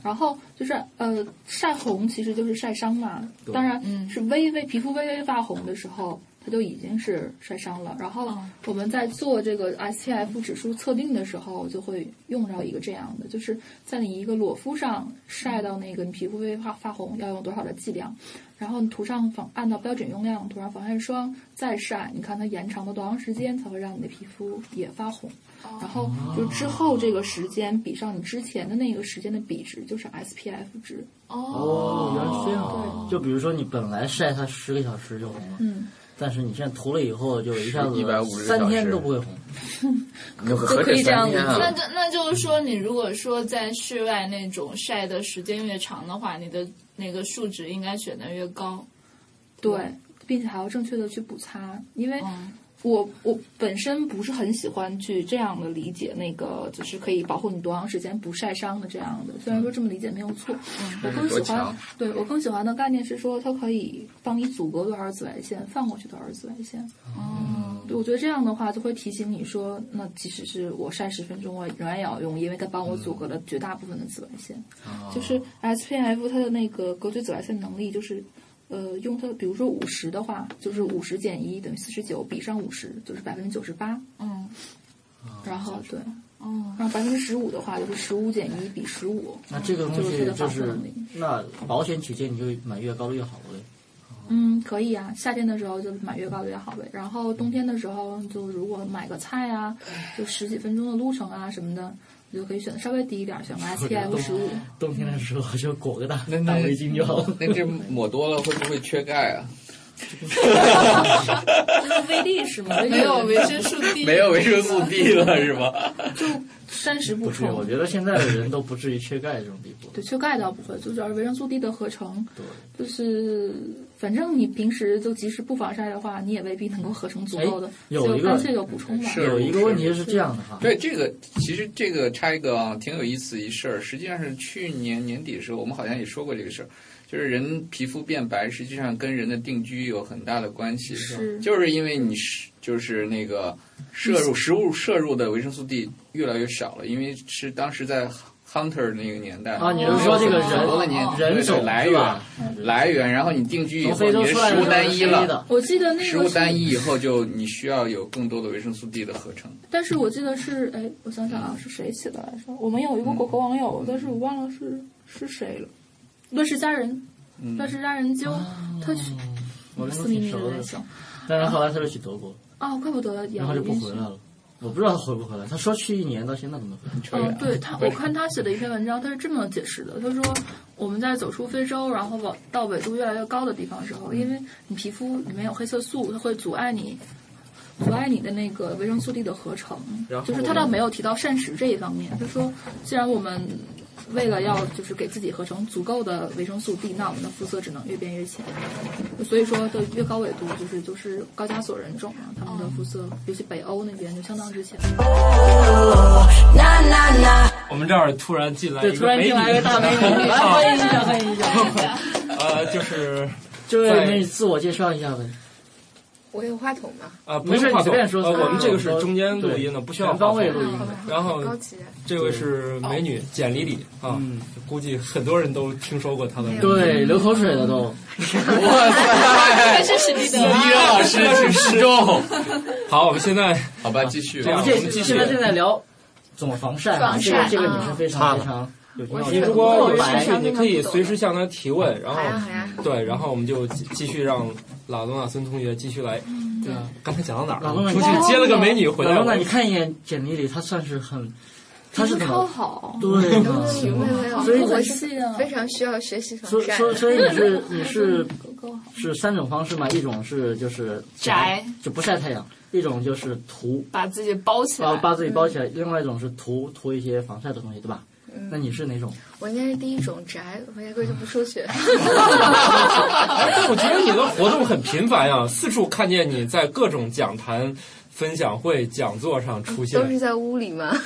Speaker 8: 然后就是呃，晒红其实就是晒伤嘛，
Speaker 4: 对
Speaker 8: 当然
Speaker 3: 嗯
Speaker 8: 是微微皮肤微微发红的时候，它就已经是晒伤了。然后
Speaker 3: 嗯
Speaker 8: 我们在做这个 SPF 指数测定的时候，就会用到一个这样的，就是在你一个裸肤上晒到那个你皮肤微微发发红，要用多少的剂量，然后你涂上防按照标准用量涂上防晒霜，再晒，你看它延长了多长时间才会让你的皮肤也发红。然后就之后这个时间比上你之前的那个时间的比值，就是 SPF 值。
Speaker 4: 哦，原来是这样。就比如说你本来晒它十个小时就红了，
Speaker 8: 嗯，
Speaker 4: 但是你现在涂了以后，就一下子
Speaker 2: 150
Speaker 4: 三
Speaker 2: 小
Speaker 4: 天
Speaker 2: 时
Speaker 4: 都不会红。
Speaker 2: 就何止三天
Speaker 3: 那
Speaker 2: 啊？
Speaker 3: 就那就是说，你如果说在室外那种晒的时间越长的话，你的那个数值应该选的越高。
Speaker 8: 对，并且还要正确的去补擦，因为
Speaker 3: 嗯
Speaker 8: 我我本身不是很喜欢去这样的理解，那个就是可以保护你多长时间不晒伤的这样的。虽然说这么理解没有错，我更
Speaker 2: 嗯多
Speaker 8: 喜欢
Speaker 2: 强，
Speaker 8: 对我更喜欢的概念是说，它可以帮你阻隔多少紫外线，放过去多少紫外线。
Speaker 3: 嗯，
Speaker 8: 对，我觉得这样的话就会提醒你说，那即使是我晒十分钟，我仍然也要用，因为它帮我阻隔了绝大部分的紫外线。嗯就是 SPF 它的那个隔绝紫外线能力，就是呃，用它比如说五十的话，就是五十减一等于四十九，比上五十就是百分之九十八。
Speaker 3: 嗯，
Speaker 8: 然后对，
Speaker 3: 嗯，
Speaker 8: 然后百分之十五的话就是十五减一比十五，
Speaker 4: 那这个东
Speaker 8: 就是
Speaker 4: 西
Speaker 8: 它的
Speaker 4: 就
Speaker 8: 防护
Speaker 4: 是
Speaker 8: 能力。
Speaker 4: 那保险起见，你就买越高的越好了呗。
Speaker 8: 嗯，可以啊，夏天的时候就买越高越好呗。然后冬天的时候，就如果买个菜啊，就十几分钟的路程啊什么的，你就可以选稍微低一点，选个 SPF 十五。
Speaker 4: 冬天的时候就裹个大
Speaker 2: 那
Speaker 4: 大
Speaker 2: 那
Speaker 4: 围巾就好
Speaker 8: 嗯
Speaker 4: 了。
Speaker 2: 那这抹多了会不会缺钙啊？
Speaker 8: 威力是 吗？
Speaker 3: 没有维生素 D，
Speaker 2: 没有维生 素 D 了是吗？
Speaker 8: 膳食补
Speaker 4: 不是，我
Speaker 8: 充。
Speaker 4: 觉得现在的人都不至于缺钙这种地步。
Speaker 8: 对，缺钙倒不会，就主要是维生素 D 的合成，
Speaker 4: 对。
Speaker 8: 就是反正你平时就即使不防晒的话，你也未必能够合成足够的
Speaker 4: 哎，有
Speaker 8: 就
Speaker 4: 一个
Speaker 8: 干脆就补充吧。
Speaker 2: 是
Speaker 4: 有一个问题是这样的哈，
Speaker 2: 对这个，其实这个插一个啊，挺有意思一事儿。实际上是去年年底的时候，我们好像也说过这个事儿，就是人皮肤变白，实际上跟人的定居有很大的关系。
Speaker 8: 是
Speaker 2: 就是因为你是就是那个摄入食物摄入的维生素 D 越来越少了，因为是当时在 Hunter 那个年代
Speaker 4: 啊，你是说这个
Speaker 2: 很多的年
Speaker 4: 人人
Speaker 2: 对
Speaker 4: 手
Speaker 2: 对来
Speaker 4: 是
Speaker 2: 源
Speaker 4: 吧？
Speaker 2: 来源，然后你定居以
Speaker 4: 从
Speaker 2: 后，
Speaker 4: 非
Speaker 2: 你
Speaker 4: 洲
Speaker 2: 的
Speaker 4: 出来
Speaker 2: 食物
Speaker 4: 的时候
Speaker 2: 单
Speaker 4: 是
Speaker 2: 一
Speaker 4: 黑
Speaker 2: 了。
Speaker 4: 的，
Speaker 8: 我记得那个
Speaker 2: 食物
Speaker 8: 是
Speaker 2: 单一以后，就你需要有更多的维生素 D 的合成。
Speaker 8: 但是我记得是，哎，我想想
Speaker 4: 嗯
Speaker 8: 啊，是谁写的来着？我们有一个果壳网友，但是我忘了是是谁了。乱世佳人，
Speaker 2: 嗯，
Speaker 8: 乱世佳人就他去
Speaker 4: 啊我跟他
Speaker 8: 四零
Speaker 4: 挺
Speaker 8: 零
Speaker 4: 熟
Speaker 8: 的
Speaker 4: 的
Speaker 8: 那，种，
Speaker 4: 但是后来他就去德国，
Speaker 8: 啊，怪不得也
Speaker 4: 然后就不
Speaker 8: 晕
Speaker 4: 回来了。我不知道他回不回来。他说去一年，到现在都没回来。
Speaker 8: 嗯，对他，我看他写的一篇文章，他是这么解释的：他说，我们在走出非洲，然后往到纬度越来越高的地方的时候，因为你皮肤里面有黑色素，它会阻碍你阻碍你的那个维生素 D 的合成
Speaker 1: 然。后
Speaker 8: 就是他倒没有提到膳食这一方面，他说，既然我们为了要就是给自己合成足够的维生素 D，那我们的肤色只能越变越浅。所以说，就越高纬度，就是就是高加索人种嘛，他们的肤色，尤其北欧那边就相当之浅。
Speaker 1: 我们这儿突然进来一
Speaker 4: 对，
Speaker 1: 个
Speaker 4: 突然进来一个大美 女，来
Speaker 1: 啊
Speaker 4: 欢迎一下，欢迎一下。
Speaker 1: 呃，就是
Speaker 4: 这位美女，自我介绍一下呗。
Speaker 11: 我有话筒吗？
Speaker 1: 啊，不
Speaker 4: 没事
Speaker 1: 用话
Speaker 4: 你随便
Speaker 1: 筒
Speaker 4: 说
Speaker 1: 呃，我们这个是
Speaker 4: 啊
Speaker 1: 中间录音的，
Speaker 4: 对
Speaker 1: 不需要
Speaker 4: 全方位
Speaker 1: 话筒
Speaker 8: 嗯
Speaker 4: 录音的
Speaker 1: 然后
Speaker 11: 高级哦
Speaker 1: 这位是美女简丽丽啊，
Speaker 4: 嗯
Speaker 1: 估计很多人都听说过她的名字。
Speaker 4: 对，流口水了 都。
Speaker 1: 哇
Speaker 3: 这是史蒂德
Speaker 2: 音乐老师是失重。
Speaker 1: 好，我们现在
Speaker 2: 好吧，继续
Speaker 1: 这样，
Speaker 2: 吧。
Speaker 1: 我们继续
Speaker 4: 现。在正在聊怎么防晒啊，
Speaker 3: 防
Speaker 4: 这个
Speaker 3: 晒
Speaker 4: 这个也是非常非常有
Speaker 11: 我
Speaker 1: 你
Speaker 11: 是
Speaker 1: 如果有兴
Speaker 11: 白
Speaker 1: 趣，你可以随时向他提问，然后
Speaker 11: 好呀好呀，
Speaker 1: 对，然后我们就继继续让拉东纳孙同学继续来。
Speaker 4: 对啊。
Speaker 1: 刚才讲到哪儿
Speaker 4: 拉东
Speaker 1: 了？
Speaker 4: 纳
Speaker 1: 出去接了个美女回来
Speaker 4: 老
Speaker 1: 了
Speaker 4: 公，。那你看一眼简历里，他算是很，他是怎
Speaker 8: 超
Speaker 4: 么？
Speaker 8: 好，
Speaker 4: 对的，
Speaker 11: 没有没有，
Speaker 4: 所以
Speaker 11: 我
Speaker 8: 很
Speaker 11: 是
Speaker 8: 细啊，
Speaker 11: 非常需要学习防
Speaker 4: 所以
Speaker 11: 晒
Speaker 4: 所以
Speaker 11: 的。
Speaker 4: 所以你是你是
Speaker 8: 狗狗好。
Speaker 4: 是三种方式嘛？一种是就是
Speaker 3: 宅，
Speaker 4: 就不晒太阳；一种就是涂，
Speaker 3: 把自己包起
Speaker 4: 把
Speaker 3: 来。
Speaker 4: 把自己包起来；另外一种是涂涂一些防晒的东西，对吧？
Speaker 1: 嗯
Speaker 4: 那你是 哪种？
Speaker 11: 我应该是第一种宅，我压根就不出去。
Speaker 1: 哎，但我觉得你的活动很频繁呀，四处看见你在各种讲坛、分享会、讲座上 出
Speaker 11: 都是
Speaker 1: 现。
Speaker 11: 在屋里 嘛，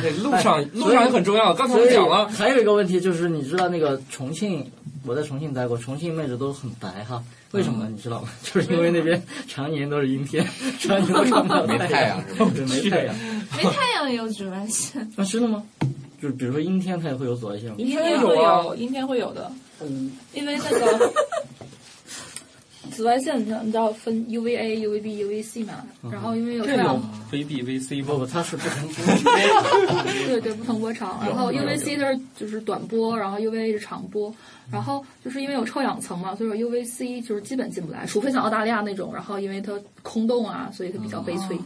Speaker 1: 对，路上路上也很重要。刚才我
Speaker 4: 嗯所
Speaker 1: 们
Speaker 4: 以
Speaker 1: 讲了，
Speaker 4: 还有一个问题就是，你知道那个重庆，我在重庆待过，重庆妹子都很白哈，为什
Speaker 1: 嗯
Speaker 4: 么呢？你知道吗？ 就是因为那边常年都是阴天，常年都看不到
Speaker 2: 没太阳是吧
Speaker 4: 对，没太阳。
Speaker 3: 没太阳也有紫外 线，
Speaker 4: 那真的吗？就是比如说阴天，它也会有紫外线吗？
Speaker 1: 阴
Speaker 3: 阴
Speaker 1: 天也
Speaker 3: 天会
Speaker 1: 有啊
Speaker 3: 有，。阴天会有的。
Speaker 2: 嗯
Speaker 8: 因为那个紫外线，你知道你知道分 UVA、UVB、UVC 嘛？然后因为有太阳，
Speaker 1: VB、VC
Speaker 4: 不
Speaker 1: 不
Speaker 4: 不，它是不同
Speaker 8: 对对，不同波长。然后 UVC 它是就是短波，然后 UVA 是长波。然后就是因为有臭氧层嘛，所以说 UVC 就是基本进不来，除非像澳大利亚那种，然后因为它空洞啊，所以它比较悲催。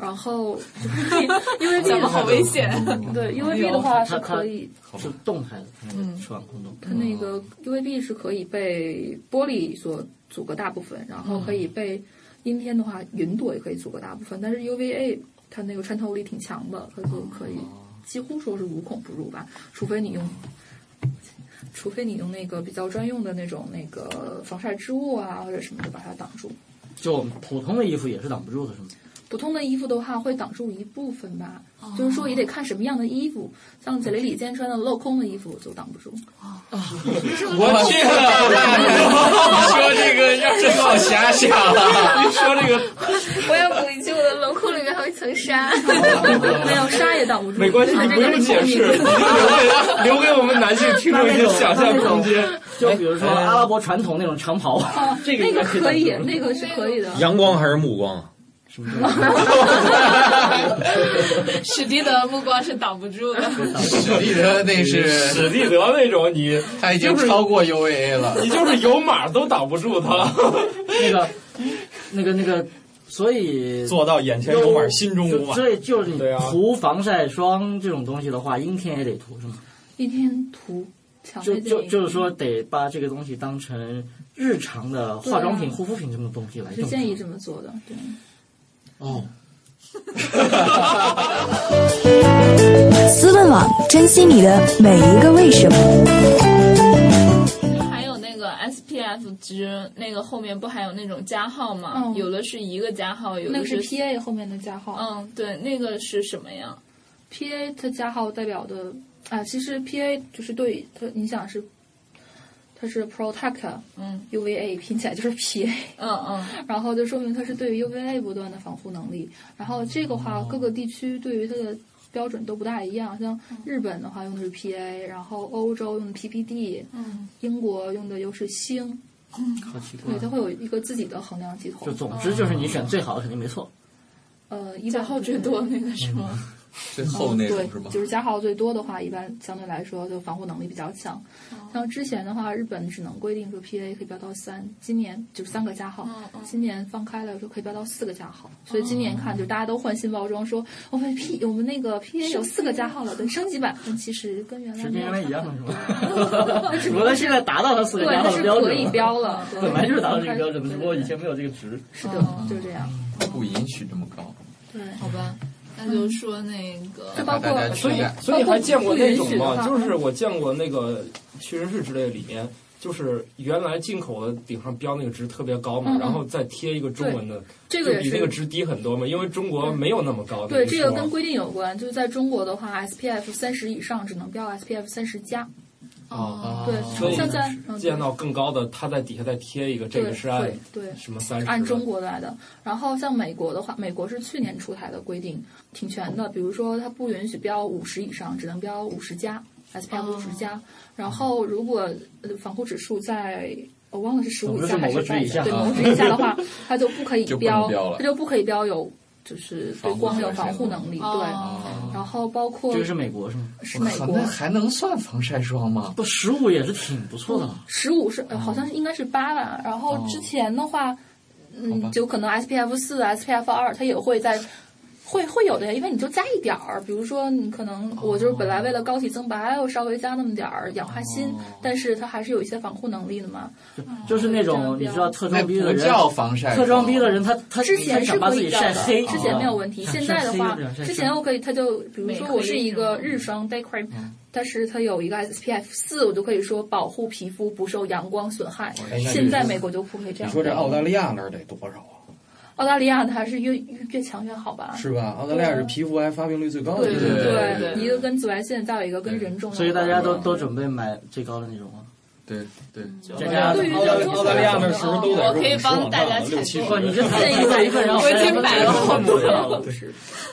Speaker 8: 然后就是 UVB
Speaker 3: 咱
Speaker 8: 的
Speaker 3: 们 好
Speaker 8: 话，
Speaker 3: 危险。
Speaker 8: 对 UVB 的话
Speaker 4: 它
Speaker 8: 是
Speaker 4: 它
Speaker 8: 可以
Speaker 4: 是动态的，它
Speaker 1: 嗯
Speaker 4: 那个臭氧空洞。
Speaker 8: 它那个 UVB 是可以被玻璃所阻隔大部分，然后可以被阴天的话，云朵也可以阻隔大部分。但是 UVA 它那个穿透力挺强的，它就可以几乎说是无孔不入吧，除非你用，除非你用那个比较专用的那种那个防晒织物啊或者什么的把它挡住。
Speaker 4: 就我们普通的衣服也是挡不住的，是吗？
Speaker 8: 普通的衣服的话，会挡住一部分吧，就是说也得看什么样的衣服。像杰雷里今天穿的镂空的衣服就挡不住。
Speaker 1: 我去，
Speaker 2: 说这个让人好遐想啊！
Speaker 1: 说这个
Speaker 11: 我要补一句，我的冷库里面还有一层纱。
Speaker 8: 没有纱也挡不住，
Speaker 1: 没关系，
Speaker 8: 就是
Speaker 1: 你不
Speaker 8: 这个
Speaker 1: 用解释，
Speaker 8: 是
Speaker 1: 留给留给我们男性听众一些想象空间。
Speaker 4: 就比如说阿拉伯传统那种长袍， 这
Speaker 8: 哎哦那个可以，
Speaker 4: 挡住
Speaker 8: 那个是可以的。
Speaker 9: 阳光还是目光啊？
Speaker 4: 什么东西？
Speaker 3: 史蒂德目光是挡不住的。
Speaker 2: 史蒂德那是
Speaker 1: 史蒂德那种，你
Speaker 2: 他已经超过 UVA 了。
Speaker 1: 你就是有马都挡不住 他。
Speaker 4: 那个那个那个，所以
Speaker 9: 做到眼前无马，心中无
Speaker 4: 就
Speaker 9: 马。
Speaker 4: 所以就是你
Speaker 1: 对啊
Speaker 4: 涂防晒霜这种东西的话，阴天也得涂是吗？
Speaker 8: 一天涂，强
Speaker 4: 就
Speaker 8: 烈建
Speaker 4: 就
Speaker 8: 议
Speaker 4: 就是说得把这个东西当成日常的化妆品、
Speaker 8: 对啊
Speaker 4: 护肤品这种东西来
Speaker 8: 是
Speaker 4: 用。
Speaker 8: 建议这么做的。对，
Speaker 4: 哦，
Speaker 10: 思问网珍惜你的每一个为什么。
Speaker 3: 还有那个 SPF 值，那个后面不还有那种加号吗？
Speaker 8: 嗯
Speaker 3: 有的是一个加号，有
Speaker 8: 那
Speaker 3: 的
Speaker 8: 个是
Speaker 3: 是
Speaker 8: PA 后面的加号、
Speaker 3: 嗯，对，那个是什么呀？
Speaker 8: p a 它加号代表的啊，其实 PA 就是对它，你想是它是 Protect
Speaker 3: 嗯
Speaker 8: UVA 拼起来就是 PA，
Speaker 3: 嗯嗯，
Speaker 8: 然后就说明它是对于 UVA 不断的防护能力。然后这个话各个地区对于它的标准都不大一样，像
Speaker 3: 嗯
Speaker 8: 日本的话用的是 PA，然后欧洲用的 PPD，
Speaker 3: 嗯，
Speaker 8: 英国用的又是星，
Speaker 4: 好奇怪
Speaker 8: 对，。它会有一个自己的衡量系统哦
Speaker 4: 就。总之就是你选最好的肯定没错。
Speaker 8: 呃，一
Speaker 3: 加
Speaker 8: 般
Speaker 3: 号最多那个是吗？
Speaker 2: 最厚那种、
Speaker 8: 对
Speaker 2: 是吗？
Speaker 8: 就是加号最多的话，一般相对来说就防护能力比较强。像之前的话，日本只能规定说 PA 可以飙到三，今年就是三个加号，今年放开了说可以飙到四个加号，所以今年看就大家都换新包装，说哦我们 P 我们那个 PA 有四个加号了，对，升级版，但其实跟原来
Speaker 4: 是跟
Speaker 8: 没
Speaker 4: 原
Speaker 8: 有
Speaker 4: 来一样的是 吗？
Speaker 8: 只
Speaker 4: 只不
Speaker 8: 不过
Speaker 4: 过
Speaker 8: 是
Speaker 4: 现在达到它四个
Speaker 8: 对
Speaker 4: 加号
Speaker 8: 它是
Speaker 4: 的标准
Speaker 8: 可以标了对
Speaker 4: 本来就是达到这个标准的，只不过以前没有这个值。
Speaker 8: 是的，就这样。
Speaker 2: 不允许这么高。
Speaker 8: 嗯对，
Speaker 3: 好吧，那就说那个，
Speaker 8: 嗯
Speaker 2: 就包括大家
Speaker 1: 所
Speaker 2: 去
Speaker 1: 以
Speaker 2: 染
Speaker 1: 所以还见过那种
Speaker 3: 包括不允许的
Speaker 1: 吗？
Speaker 3: 话
Speaker 1: 就是我见过那个屈臣氏之类的里面。就是原来进口的顶上标那个值特别高嘛，
Speaker 8: 嗯嗯
Speaker 1: 然后再贴一个中文的，
Speaker 8: 这个也
Speaker 1: 就比
Speaker 8: 是
Speaker 1: 那个值低很多嘛，因为中国没有那么高的一
Speaker 8: 对，
Speaker 1: 啊
Speaker 8: 这个
Speaker 1: 说
Speaker 8: 跟规定有关，就是在中国的话，SPF 三十以上只能标 SPF 三十加。
Speaker 1: 哦
Speaker 8: 对
Speaker 1: 所以
Speaker 8: 像在嗯
Speaker 1: 啊见到更高的，它在底下再贴一个，这个是按
Speaker 8: 对对
Speaker 1: 什么三十
Speaker 8: 按中国来的。然后像美国的话，美国是去年出台的规定，挺全的。比如说，它不允许标五十以上，只能标五十加 SPF 五十加。然后，如果呃防护指数在我忘了是十
Speaker 4: 总
Speaker 8: 五
Speaker 4: 之是
Speaker 8: 以下还
Speaker 4: 某个
Speaker 8: 是
Speaker 4: 值以下
Speaker 8: 对
Speaker 4: 啊
Speaker 8: 某值以下的 话，它就不可以
Speaker 4: 就不能
Speaker 8: 标
Speaker 4: 标了，
Speaker 8: 它就不可以标有就是对
Speaker 4: 防护
Speaker 8: 光
Speaker 4: 紫
Speaker 8: 有
Speaker 4: 外
Speaker 8: 防
Speaker 4: 线
Speaker 8: 护
Speaker 4: 的
Speaker 8: 能力。对
Speaker 4: 哦，
Speaker 8: 然后包括
Speaker 4: 这个是美国是吗？
Speaker 8: 是美国
Speaker 2: 那还能算防晒霜吗？
Speaker 4: 不，十五也是挺不错的了。
Speaker 8: 十五是、呃好
Speaker 4: 嗯
Speaker 8: 像是应该是八吧，然后
Speaker 4: 哦
Speaker 8: 之前的话，嗯，就可能 SPF 四、SPF 二，它也会在。会会有的，因为你就加一点儿，比如说你可能我就是本来为
Speaker 4: 哦
Speaker 8: 了膏体增白，我稍微加那么点儿氧化锌，但是它还是有一些防护能力的嘛。
Speaker 4: 就是那种你知道特装逼的
Speaker 2: 那
Speaker 4: 人，
Speaker 2: 不叫防晒霜
Speaker 4: 特装逼的人他他
Speaker 8: 嗯之前
Speaker 4: 他
Speaker 8: 是
Speaker 4: 想把
Speaker 8: 可
Speaker 4: 自
Speaker 8: 以
Speaker 4: 己
Speaker 8: 标
Speaker 4: 晒
Speaker 8: 的，
Speaker 4: 黑，哦
Speaker 8: 之前没有问题。
Speaker 4: 想
Speaker 8: 现在的
Speaker 4: 晒黑
Speaker 8: 话
Speaker 4: 不想晒，
Speaker 8: 之
Speaker 4: 黑
Speaker 8: 前我可以，它就比如说我是一个日霜 day cream，但
Speaker 4: 嗯
Speaker 8: 是它有一个 SPF 四，我就可以说保护皮肤不受阳光损害
Speaker 12: 哎那。你
Speaker 8: 现在美国就不可以这
Speaker 12: 你
Speaker 8: 样。
Speaker 12: 说这澳大利亚那儿得多少啊？
Speaker 8: 澳大利亚它还是越越越强越好吧？
Speaker 12: 是吧？澳大利亚是皮肤癌发病率最高的
Speaker 8: 对
Speaker 12: 地
Speaker 8: 对
Speaker 12: 方。
Speaker 8: 一个跟紫外线，再有一嗯个跟人种。
Speaker 4: 所以大家都都准备买最高的那种嗯啊。
Speaker 2: 对对，
Speaker 4: 加加
Speaker 8: 对于这种
Speaker 12: 澳大利亚那是不是都得
Speaker 3: 我可以
Speaker 12: 啊
Speaker 3: 帮大家采购。
Speaker 4: 哇，你这太一份一份，然后
Speaker 3: 我已经买了好多
Speaker 4: 了。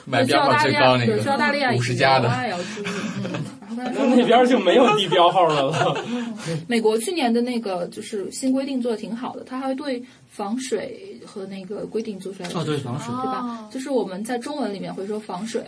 Speaker 2: 买标号最高那
Speaker 8: 对去澳大利亚
Speaker 2: 个，五十加的，
Speaker 8: 也要注意。嗯，然后刚才
Speaker 1: 那
Speaker 8: 说
Speaker 1: 那边就没有地标号了 了。
Speaker 8: 美国去年的那个就是新规定做的挺好的，它还对防水和那个规定做出来
Speaker 4: 哦对防水
Speaker 8: 对吧？就是我们在中文里面会说防水，